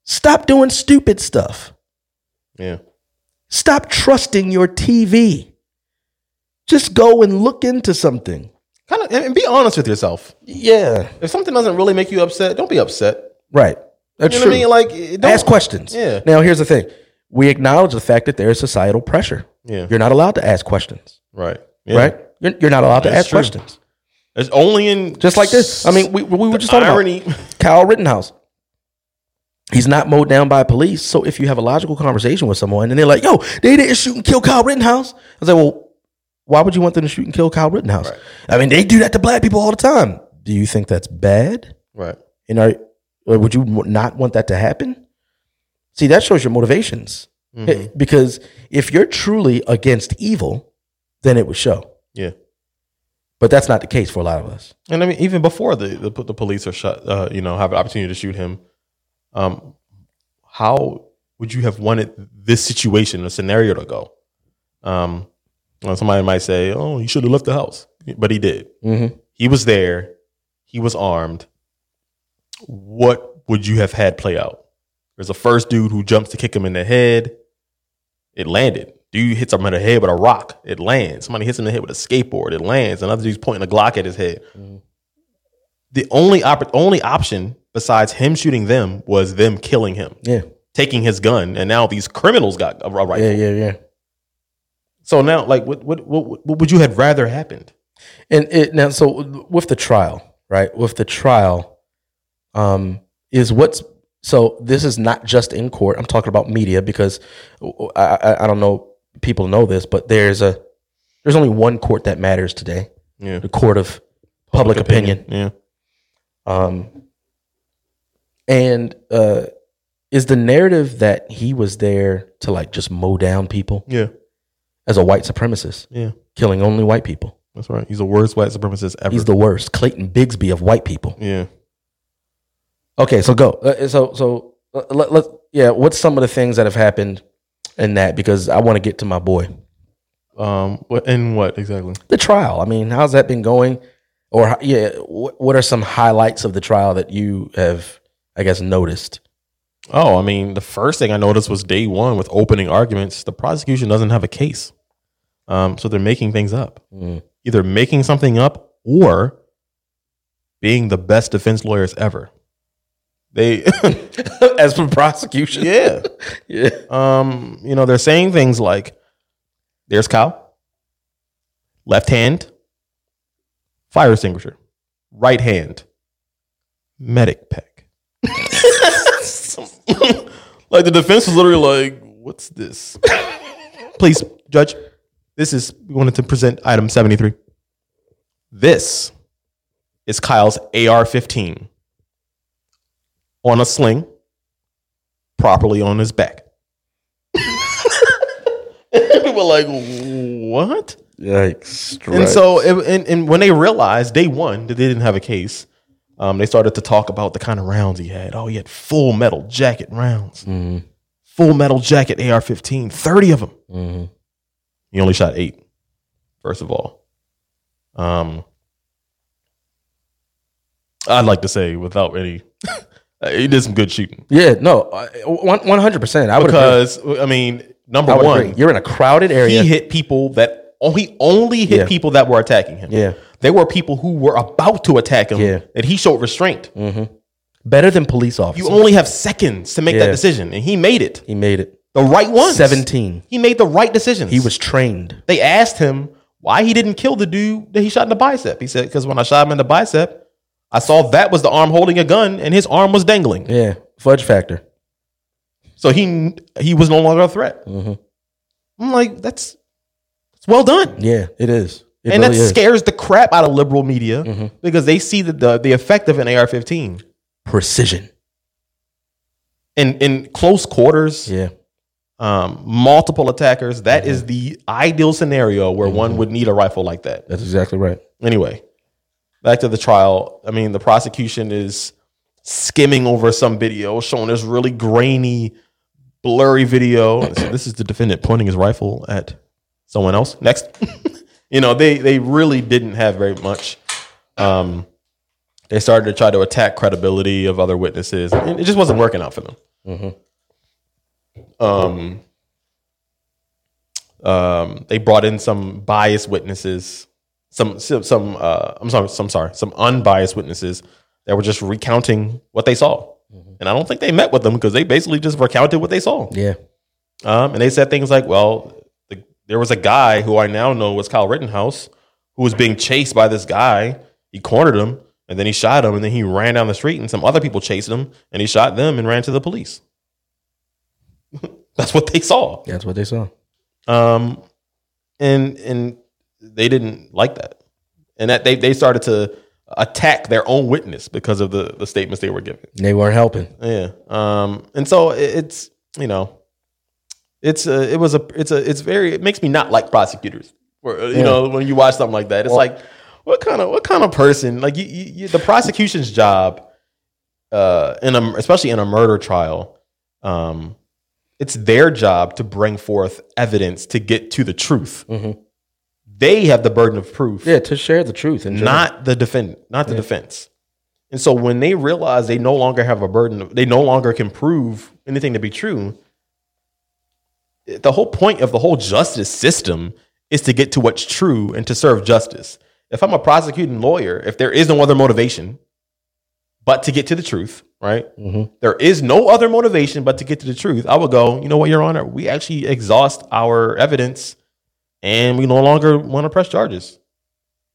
S1: Stop doing stupid stuff.
S5: Yeah,
S1: Stop trusting your TV. Just go and look into something.
S5: kind of. And be honest with yourself.
S1: Yeah.
S5: If something doesn't really make you upset, don't be upset.
S1: Right. That's
S5: You know
S1: true.
S5: what I mean? Like, it don't,
S1: Ask questions.
S5: Yeah.
S1: Now, here's the thing we acknowledge the fact that there is societal pressure.
S5: Yeah.
S1: You're not allowed to ask questions,
S5: Right. Yeah.
S1: right? You're, you're not allowed to
S5: That's
S1: ask
S5: true.
S1: questions.
S5: It's only in
S1: Just like this. I mean, we, we were just talking
S5: (laughs) irony.
S1: about Kyle Rittenhouse. He's not mowed down by police. So if you have a logical conversation with someone and they're like, yo, they didn't shoot and kill Kyle Rittenhouse. I was like, well, why would you want them to shoot and kill Kyle Rittenhouse? I mean, they do that to black people all the time. Do you think that's bad?
S5: right.
S1: And are, or would you w- not want that to happen? See, that shows your motivations. Because if you're truly against evil, then it would show.
S5: Yeah.
S1: But that's not the case for a lot of us.
S5: And I mean, even before the the, the police are shot, uh, you know, have an opportunity to shoot him. Um, how would you have wanted this situation, a scenario, to go? Um, you know, somebody might say, "Oh, he should have left the house," but he did.
S1: Mm-hmm.
S5: He was there. He was armed. What would you have had play out? There's a first dude who jumps to kick him in the head. It landed. Dude hits him in the head with a rock. It lands. Somebody hits him in the head with a skateboard. It lands. Another dude's pointing a Glock at his head
S1: Mm-hmm.
S5: the only op- only option besides him shooting them was them killing him,
S1: Yeah.
S5: taking his gun, and now these criminals got a a rifle.
S1: Yeah, yeah, yeah.
S5: So now, like, what what what, what would you have rather happened?
S1: And it, now, so with the trial, right? With the trial, um, is what's so this is not just in court. I'm talking about media because I, I, I don't know people know this, but there's a there's only one court that matters today.
S5: Yeah.
S1: the court of public, opinion. and uh, is the narrative that he was there to like just mow down people
S5: Yeah, yeah,
S1: as a white supremacist,
S5: yeah.
S1: killing only white people.
S5: That's right. He's the worst white supremacist ever.
S1: He's the worst, Clayton Bigsby of white people.
S5: yeah.
S1: Okay, so go. Uh, so so uh, let, let yeah. What's some of the things that have happened in that? Because I want to get to my boy.
S5: Um. What and what exactly?
S1: The trial. I mean, how's that been going? Or how- yeah, what, what are some highlights of the trial that you have, I guess, noticed?
S5: Oh, I mean, the first thing I noticed was day one with opening arguments. The prosecution doesn't have a case, um, so they're making things up,
S1: Mm.
S5: either making something up or being the best defense lawyers ever. They, (laughs)
S1: As for prosecution,
S5: yeah,
S1: (laughs) yeah,
S5: um, you know, they're saying things like, "There's Kyle, left hand, fire extinguisher, right hand, medic pack." (laughs) like the defense was literally like, "What's this?" Please, judge. This is we wanted to present item seventy three. This is Kyle's AR fifteen on a sling, properly on his back. we (laughs) were like, "What?"
S1: yikes!
S5: And so, it, and, and when they realized day one that they didn't have a case, um, they started to talk about the kind of rounds he had. Oh, he had full metal jacket rounds, full metal jacket AR 15, 30 of them. He only shot eight, first of all. Um, I'd like to say without any, (laughs) he did some good shooting
S1: Yeah, no, one hundred percent. I would agree.
S5: because, I mean, number
S1: I would
S5: one,
S1: agree. You're in a crowded area.
S5: he hit people that oh, he only hit
S1: Yeah.
S5: people that were attacking him.
S1: Yeah.
S5: There were people who were about to attack him
S1: Yeah. Mm.
S5: and he showed restraint.
S1: Better than police officers.
S5: You only have seconds to make that
S1: Yeah.
S5: decision and he made it.
S1: he made it.
S5: The right one.
S1: Seventeen.
S5: He made the right decisions.
S1: He was trained.
S5: they asked him, why he didn't kill the dude that he shot in the bicep. He said, because when I shot him in the bicep, I saw that was the arm holding a gun and his arm was dangling.
S1: Yeah, fudge factor.
S5: So he he was no longer a threat.
S1: Mm-hmm.
S5: I'm like, that's it's well done.
S1: Yeah, it is. It really
S5: and that
S1: is. Mm-hmm.
S5: scares the crap out of liberal media because they see the, the the effect of an AR-15
S1: Precision.
S5: in in close quarters,
S1: Yeah. Mm-hmm.
S5: um, multiple attackers. That is the ideal scenario where one would need a rifle like that.
S1: That's exactly right.
S5: anyway, back to the trial. I mean, the prosecution is skimming over some video, showing this really grainy,
S1: (coughs)
S5: blurry video. So this is the defendant pointing his rifle at someone else. Next, (laughs) you know, they they really didn't have very much. Um, they started to try to attack credibility of other witnesses, and it just wasn't working out for them. Um. Um, they brought in some biased witnesses some some, some uh, I'm sorry, some sorry, some unbiased witnesses that were just recounting what they saw, and I don't think they met with them because they basically just recounted what they saw.
S1: Yeah.
S5: Um, and they said things like, "Well, the, there was a guy who I now know was Kyle Rittenhouse, who was being chased by this guy. He cornered him, and then he shot him, and then he ran down the street, and some other people chased him, and he shot them and ran to the police." (laughs) That's what they saw.
S1: That's what they saw.
S5: Um, and and they didn't like that, and that they they started to attack their own witness because of the the statements they were giving.
S1: They weren't helping.
S5: Yeah. Um, and so it, it's you know, it's a, it was a it's a it's very it makes me not like prosecutors. Where, uh, you know when you watch something like that, it's like what kind of what kind of person like you, you, you, the prosecution's job, uh, in a especially in a murder trial, um, it's their job to bring forth evidence to get to the truth. They have the burden of proof
S1: Yeah, to share the truth and
S5: not the defendant, not the defense. And so when they realize they no longer have a burden, of- they no longer can prove anything to be true. The whole point of the whole justice system is to get to what's true and to serve justice. If I'm a prosecuting lawyer, if there is no other motivation but to get to the truth, right?
S1: Mm-hmm.
S5: There is no other motivation but to get to the truth. I would go, you know what, Your Honor, we actually exhaust our evidence and we no longer want to press charges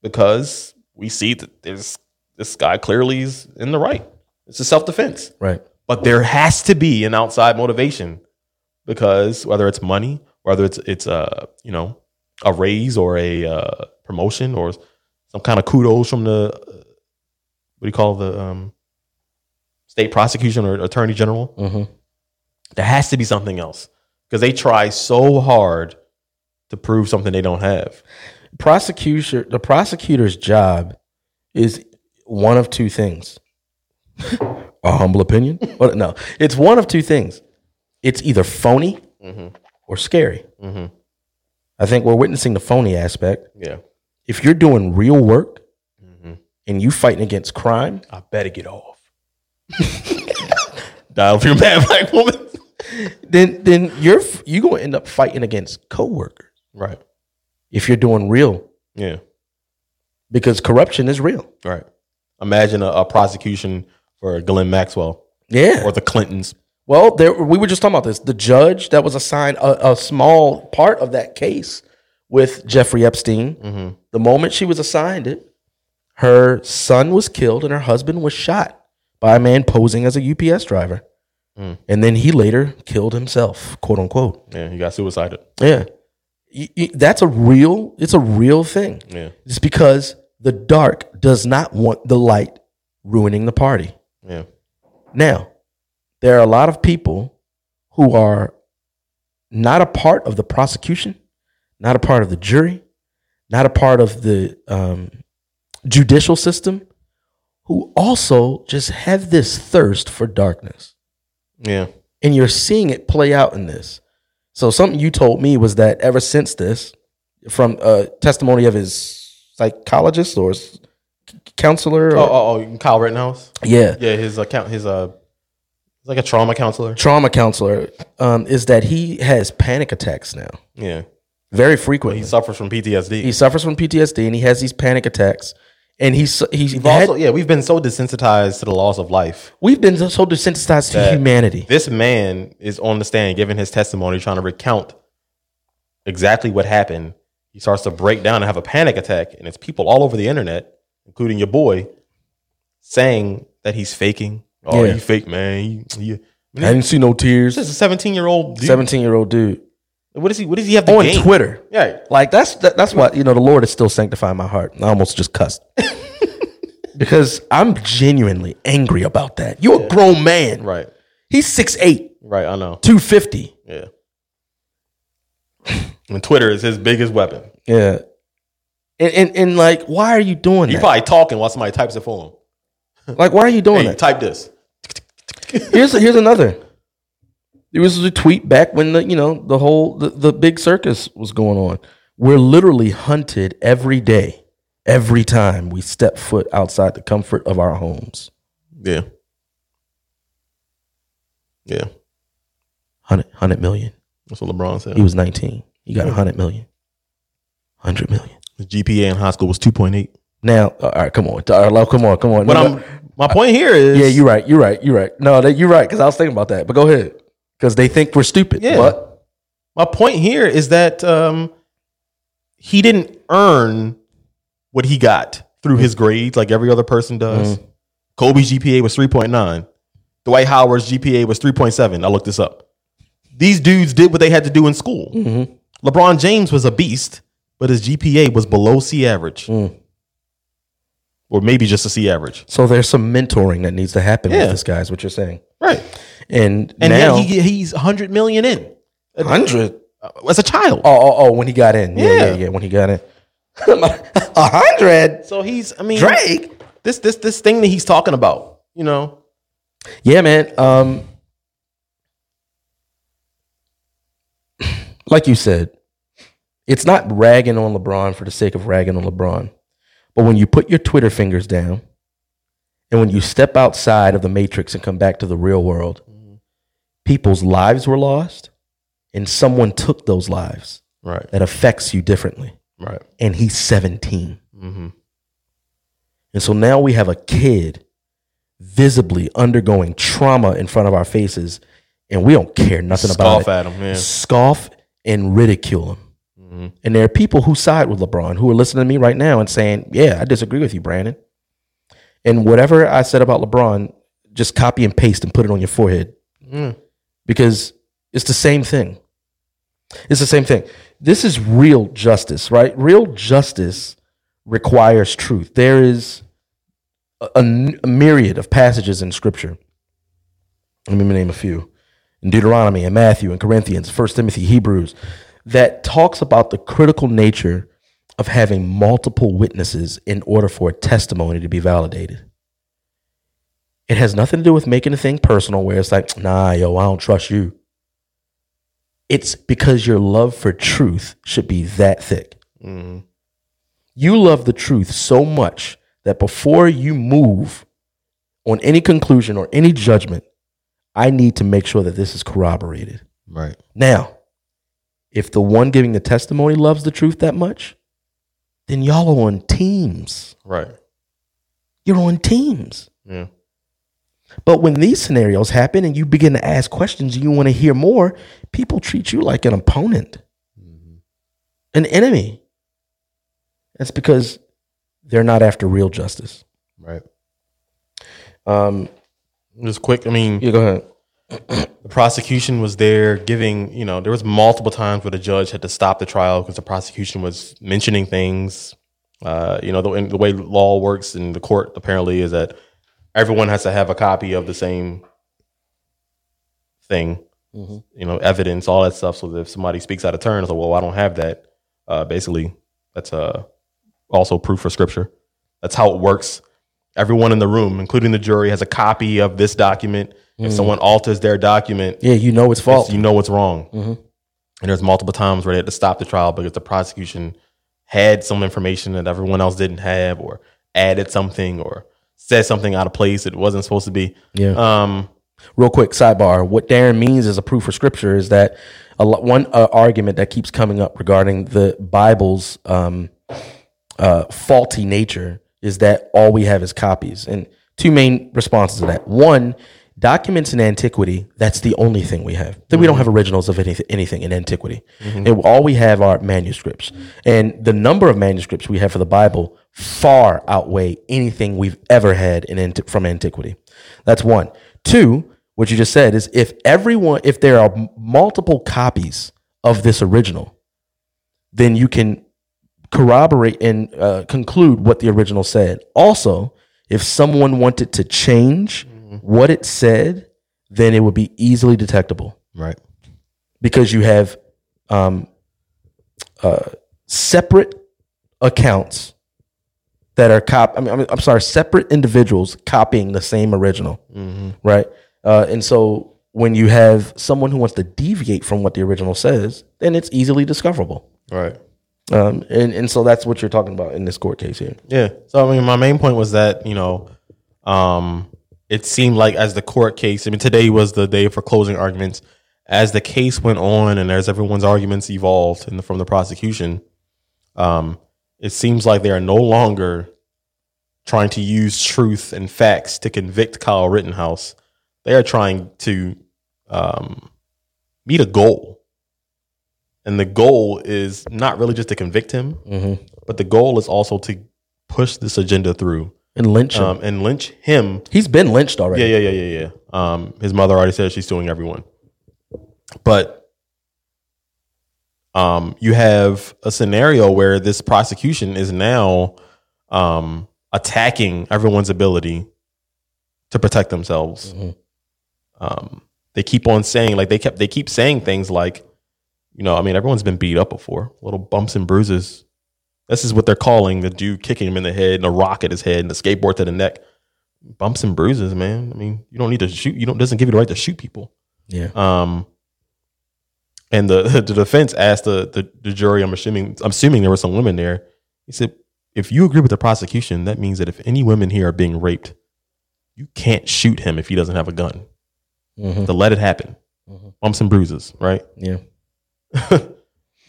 S5: because we see that there's this guy clearly is in the right. It's a self defense.
S1: right.
S5: But there has to be an outside motivation because whether it's money, whether it's it's a you know a raise or a uh, promotion or some kind of kudos from the uh, what do you call the um, state prosecution or attorney general, there has to be something else because they try so hard to prove something they don't have.
S1: prosecutor the prosecutor's job is one of two things (laughs) a humble opinion (laughs) Well, no it's one of two things it's either phony or scary i think we're witnessing the phony aspect
S5: Yeah,
S1: if you're doing real work and you fighting against crime
S5: I better get off. (laughs) Dial (laughs) for your bad black woman.
S1: then then you're f- you going to end up fighting against coworkers
S5: Right.
S1: if you're doing real
S5: Yeah.
S1: because corruption is real
S5: Right. Imagine a, a prosecution for Glenn Maxwell
S1: yeah
S5: or the Clintons.
S1: Well, there, we were just talking about this. The judge that was assigned a, a small part of that case with Jeffrey Epstein, the moment she was assigned it, her son was killed and her husband was shot by a man posing as a UPS driver. And then he later killed himself, quote unquote.
S5: Yeah, he got suicided.
S1: Yeah. Y- y- That's a real, it's a real thing.
S5: Yeah.
S1: It's because the dark does not want the light ruining the party.
S5: Yeah.
S1: Now, there are a lot of people who are not a part of the prosecution, not a part of the jury, not a part of the um, judicial system, who also just have this thirst for darkness.
S5: Yeah.
S1: And you're seeing it play out in this. So, something you told me was that ever since this, from uh, testimony of his psychologist or s- counselor, or,
S5: Oh, oh, oh Kyle Rittenhouse.
S1: yeah,
S5: Yeah, his account, his uh, he's like a trauma counselor.
S1: trauma counselor um, is that he has panic attacks now
S5: Yeah,
S1: very
S5: he
S1: frequently.
S5: suffers from PTSD.
S1: He suffers from PTSD and he has these panic attacks. And he's he's
S5: We've also, yeah, we've been so desensitized to the loss of life.
S1: we've been so desensitized to
S5: That-
S1: humanity.
S5: This man is on the stand giving his testimony, trying to recount exactly what happened. he starts to break down and have a panic attack, and it's people all over the internet, including your boy, saying that he's faking. Oh,
S1: Yeah.
S5: you fake man. You, you.
S1: I didn't see no tears.
S5: This is a seventeen-year-old. dude.
S1: Seventeen year old dude
S5: What does he? What does he have to
S1: on
S5: gain?
S1: Twitter.
S5: Yeah,
S1: Like that's that, that's why you know the Lord is still sanctifying my heart. I almost just cussed because I'm genuinely angry about that. You're a grown man.
S5: right,
S1: He's 6'8",
S5: right. I know.
S1: 250.
S5: Yeah. And Twitter is his biggest weapon.
S1: Yeah. And, and and like, why are you doing
S5: He
S1: that?
S5: probably talking while somebody types it for
S1: like, why are you doing
S5: him. Hey,
S1: that?
S5: type this.
S1: here's here's another. There was a tweet back when the you know the whole the, the big circus was going on. We're literally hunted every day, every time we step foot outside the comfort of our homes.
S5: Yeah. Yeah.
S1: Hundred hundred million.
S5: That's what LeBron said.
S1: He was 19. He got a 100 million. 100 million.
S5: His GPA in high school was 2.8.
S1: Now, all right, come on. All right, come on, come on.
S5: But
S1: No,
S5: I'm my point here is
S1: Yeah, you're right. You're right. You're right. No, that, you're right. Because I was thinking about that. But go ahead. Because they think we're stupid.
S5: Yeah.
S1: But
S5: my point here is that um he didn't earn what he got through his grades like every other person does.
S1: Mm-hmm.
S5: Kobe's GPA was 3.9. Dwight Howard's GPA was 3.7. I looked this up. These dudes did what they had to do in school.
S1: Mm.
S5: LeBron James was a beast, but his GPA was below C average.
S1: Mm.
S5: Or maybe just a C average.
S1: so there's some mentoring that needs to happen
S5: Yeah.
S1: with this guy, is what you're saying.
S5: Right.
S1: And,
S5: And
S1: now,
S5: now he, he's 100 million in Uh,
S1: 100.
S5: as a child.
S1: Oh, oh, oh, when he got in. Yeah, yeah,
S5: Yeah.
S1: yeah. when he got
S5: (laughs)
S1: in. A 100?
S5: So he's, I mean,
S1: Drake?
S5: This this this thing that he's talking about, you know,
S1: Yeah, man. Um, like you said, it's not ragging on LeBron for the sake of ragging on LeBron. But when you put your Twitter fingers down and when you step outside of the matrix and come back to the real world, people's lives were lost and someone took those lives
S5: right,
S1: that affects you differently.
S5: right,
S1: And he's 17.
S5: Mm-hmm.
S1: And so now we have a kid visibly undergoing trauma in front of our faces, and we don't care nothing
S5: scoff
S1: about
S5: at
S1: it.
S5: him, yeah,
S1: Scoff and ridicule him. And there are people who side with LeBron who are listening to me right now and saying, Yeah, I disagree with you, Brandon. And whatever I said about LeBron, just copy and paste and put it on your forehead because it's the same thing. It's the same thing. This is real justice, right? Real justice requires truth. There is a, a n- a myriad of passages in Scripture. Let me name a few in Deuteronomy and Matthew and Corinthians, First Timothy, Hebrews, that talks about the critical nature of having multiple witnesses in order for a testimony to be validated. It has nothing to do with making a thing personal where it's like, nah, yo, I don't trust you. It's because your love for truth should be that thick.
S5: Mm-hmm.
S1: You love the truth so much that before you move on any conclusion or any judgment, I need to make sure that this is corroborated.
S5: right,
S1: Now, if the one giving the testimony loves the truth that much, then y'all are on teams.
S5: right,
S1: You're on teams.
S5: yeah,
S1: But when these scenarios happen and you begin to ask questions and you want to hear more, people treat you like an opponent, Mm-hmm. an enemy. That's because they're not after real justice.
S5: right.
S1: Um,
S5: Just quick, I mean,
S1: you go ahead.
S5: the prosecution was there giving, you know, there was multiple times where the judge had to stop the trial because the prosecution was mentioning things. Uh, you know, the, and the way law works in the court apparently is that everyone has to have a copy of the same thing,
S1: Mm-hmm.
S5: you know, evidence, all that stuff. So that if somebody speaks out of turn, it's like, well, I don't have that. Uh, basically, that's uh, also proof for scripture. That's how it works. Everyone in the room, including the jury, has a copy of this document. If someone alters their document,
S1: Yeah, you know it's
S5: it's-
S1: false.
S5: you know what's wrong. And there's multiple times where they had to stop the trial because the prosecution had some information that everyone else didn't have, or added something, or said something out of place it wasn't supposed to be.
S1: Yeah.
S5: Um,
S1: real quick sidebar what darren means as a proof for scripture is that a lot, one uh, argument that keeps coming up regarding the bible's um, uh, faulty nature is that all we have is copies and two main responses to that one Documents in antiquity, that's the only thing we have. That we don't have originals of anything, anything in antiquity. And all we have are manuscripts. And the number of manuscripts we have for the Bible far outweigh anything we've ever had in anti- from antiquity. That's one. Two, what you just said is if everyone if there are m- multiple copies of this original, then you can corroborate and uh, conclude what the original said. Also, if someone wanted to change what it said, then it would be easily detectable
S5: Right.
S1: because you have um, uh, separate accounts that are cop. I mean, I'm, I'm sorry, separate individuals copying the same original, right? Uh, and so when you have someone who wants to deviate from what the original says, then it's easily discoverable.
S5: Right.
S1: Um, and, and so that's what you're talking about in this court case here.
S5: Yeah. So I mean, my main point was that you know, um, it seemed like as the court case. I mean, today was the day for closing arguments. As the case went on, and as everyone's arguments evolved in the, from the prosecution, um, it seems like they are no longer trying to use truth and facts to convict Kyle Rittenhouse. They are trying to um, meet a goal. And the goal is not really just to convict him, but the goal is also to push this agenda through
S1: And lynch him.
S5: um, and lynch him.
S1: He's been lynched already.
S5: Yeah, yeah, yeah, yeah, yeah. Um, his mother already said she's suing everyone, but um, you have a scenario where this prosecution is now um, attacking everyone's ability to protect themselves. Um, they keep on saying like they kept they keep saying things like, you know, I mean, everyone's been beat up before, little bumps and bruises. This is what they're calling the dude kicking him in the head and a rock at his head and the skateboard to the neck. Bumps and bruises, man. I mean, you don't need to shoot. You don't doesn't give you the right to shoot people.
S1: Yeah.
S5: Um, and the (laughs) the defense asked the, the the jury. I'm assuming I'm assuming there were some women there. He said, if you agree with the prosecution, that means that if any women here are being raped, you can't shoot him if he doesn't have a gun. To let it happen. Bumps and bruises, right?
S1: Mm-hmm. Yeah.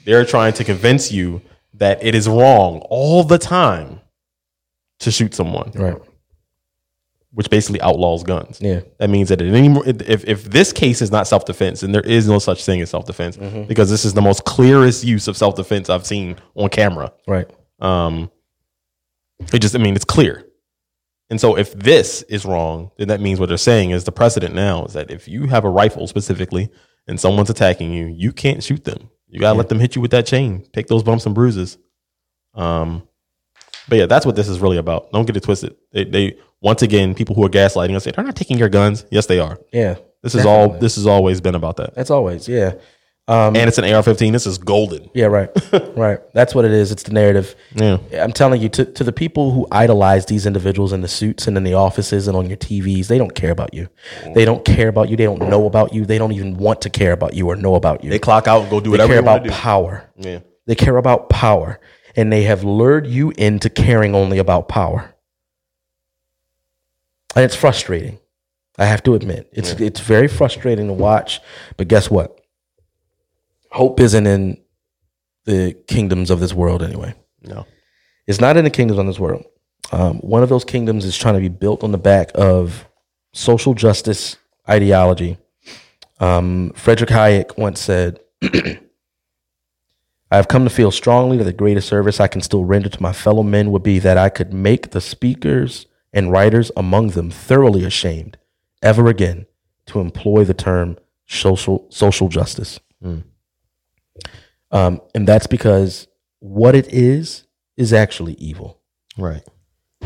S5: They're trying to convince you that it is wrong all the time to shoot someone,
S1: Right.
S5: which basically outlaws guns.
S1: Yeah.
S5: That means that at any mo- if if this case is not self defense, and there is no such thing as self defense, because this is the most clearest use of self defense I've seen on camera.
S1: Right.
S5: Um, it just, I mean, it's clear. And so if this is wrong, then that means what they're saying is the precedent now is that if you have a rifle specifically and someone's attacking you, you can't shoot them. You gotta let them hit you with that chain, take those bumps and bruises. Um, but yeah, that's what this is really about. Don't get it twisted. They, they once again, people who are gaslighting us say they're not taking your guns. Yes, they are.
S1: Yeah.
S5: This is all.
S1: Definitely. Um,
S5: This has always been about that.
S1: That's always. Yeah.
S5: And it's an AR-15. This is golden.
S1: Yeah.
S5: (laughs)
S1: Right. right. That's what it is. It's the narrative.
S5: Yeah.
S1: I'm telling you, to, to the people who idolize these individuals in the suits and in the offices and on your TVs, they don't care about you. They don't care about you. They don't know about you. They don't even want to care about you or know about you.
S5: They clock out and go do
S1: They
S5: whatever
S1: care
S5: they want
S1: about
S5: to do.
S1: power.
S5: Yeah.
S1: They care about power. And they have lured you into caring only about power. And it's frustrating. I have to admit. It's it's very frustrating to watch. But guess what? Hope isn't in the kingdoms of this world anyway.
S5: No.
S1: It's not in the kingdoms on this world. Um, one of those kingdoms is trying to be built on the back of social justice ideology. Um, Frederick Hayek once said, I have come to feel strongly that the greatest service I can still render to my fellow men would be that I could make the speakers and writers among them thoroughly ashamed ever again to employ the term social, social justice. Mm. Um, and that's because what it is is actually evil.
S5: Right.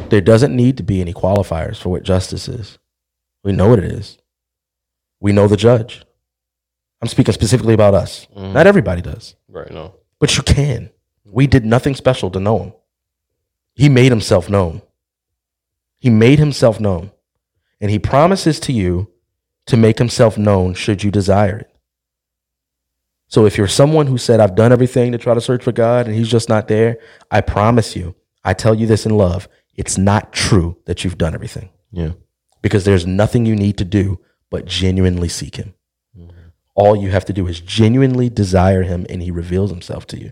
S1: There doesn't need to be any qualifiers for what justice is. We know what it is. We know the judge. I'm speaking specifically about us. Not everybody does,
S5: Right. No.
S1: but you can. We did nothing special to know him. He made himself known. He made himself known. And he promises to you to make himself known should you desire it. So if you're someone who said, I've done everything to try to search for God and he's just not there, I promise you, I tell you this in love, it's not true that you've done everything
S5: Yeah.
S1: because there's nothing you need to do but genuinely seek him. All you have to do is genuinely desire him and he reveals himself to you.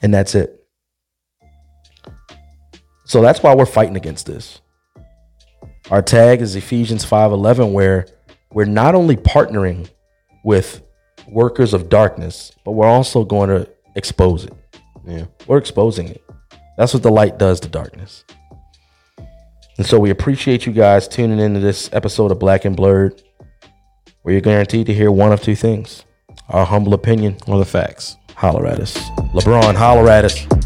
S1: And that's it. So that's why we're fighting against this. Our tag is Ephesians 5:11 where we're not only partnering with workers of darkness, but we're also going to expose it.
S5: Yeah.
S1: We're exposing it. That's what the light does to darkness. And so we appreciate you guys tuning into this episode of Black and Blurred, where you're guaranteed to hear one of two things. Our humble opinion,
S5: Or the facts.
S1: holler at us. LeBron, holler at us.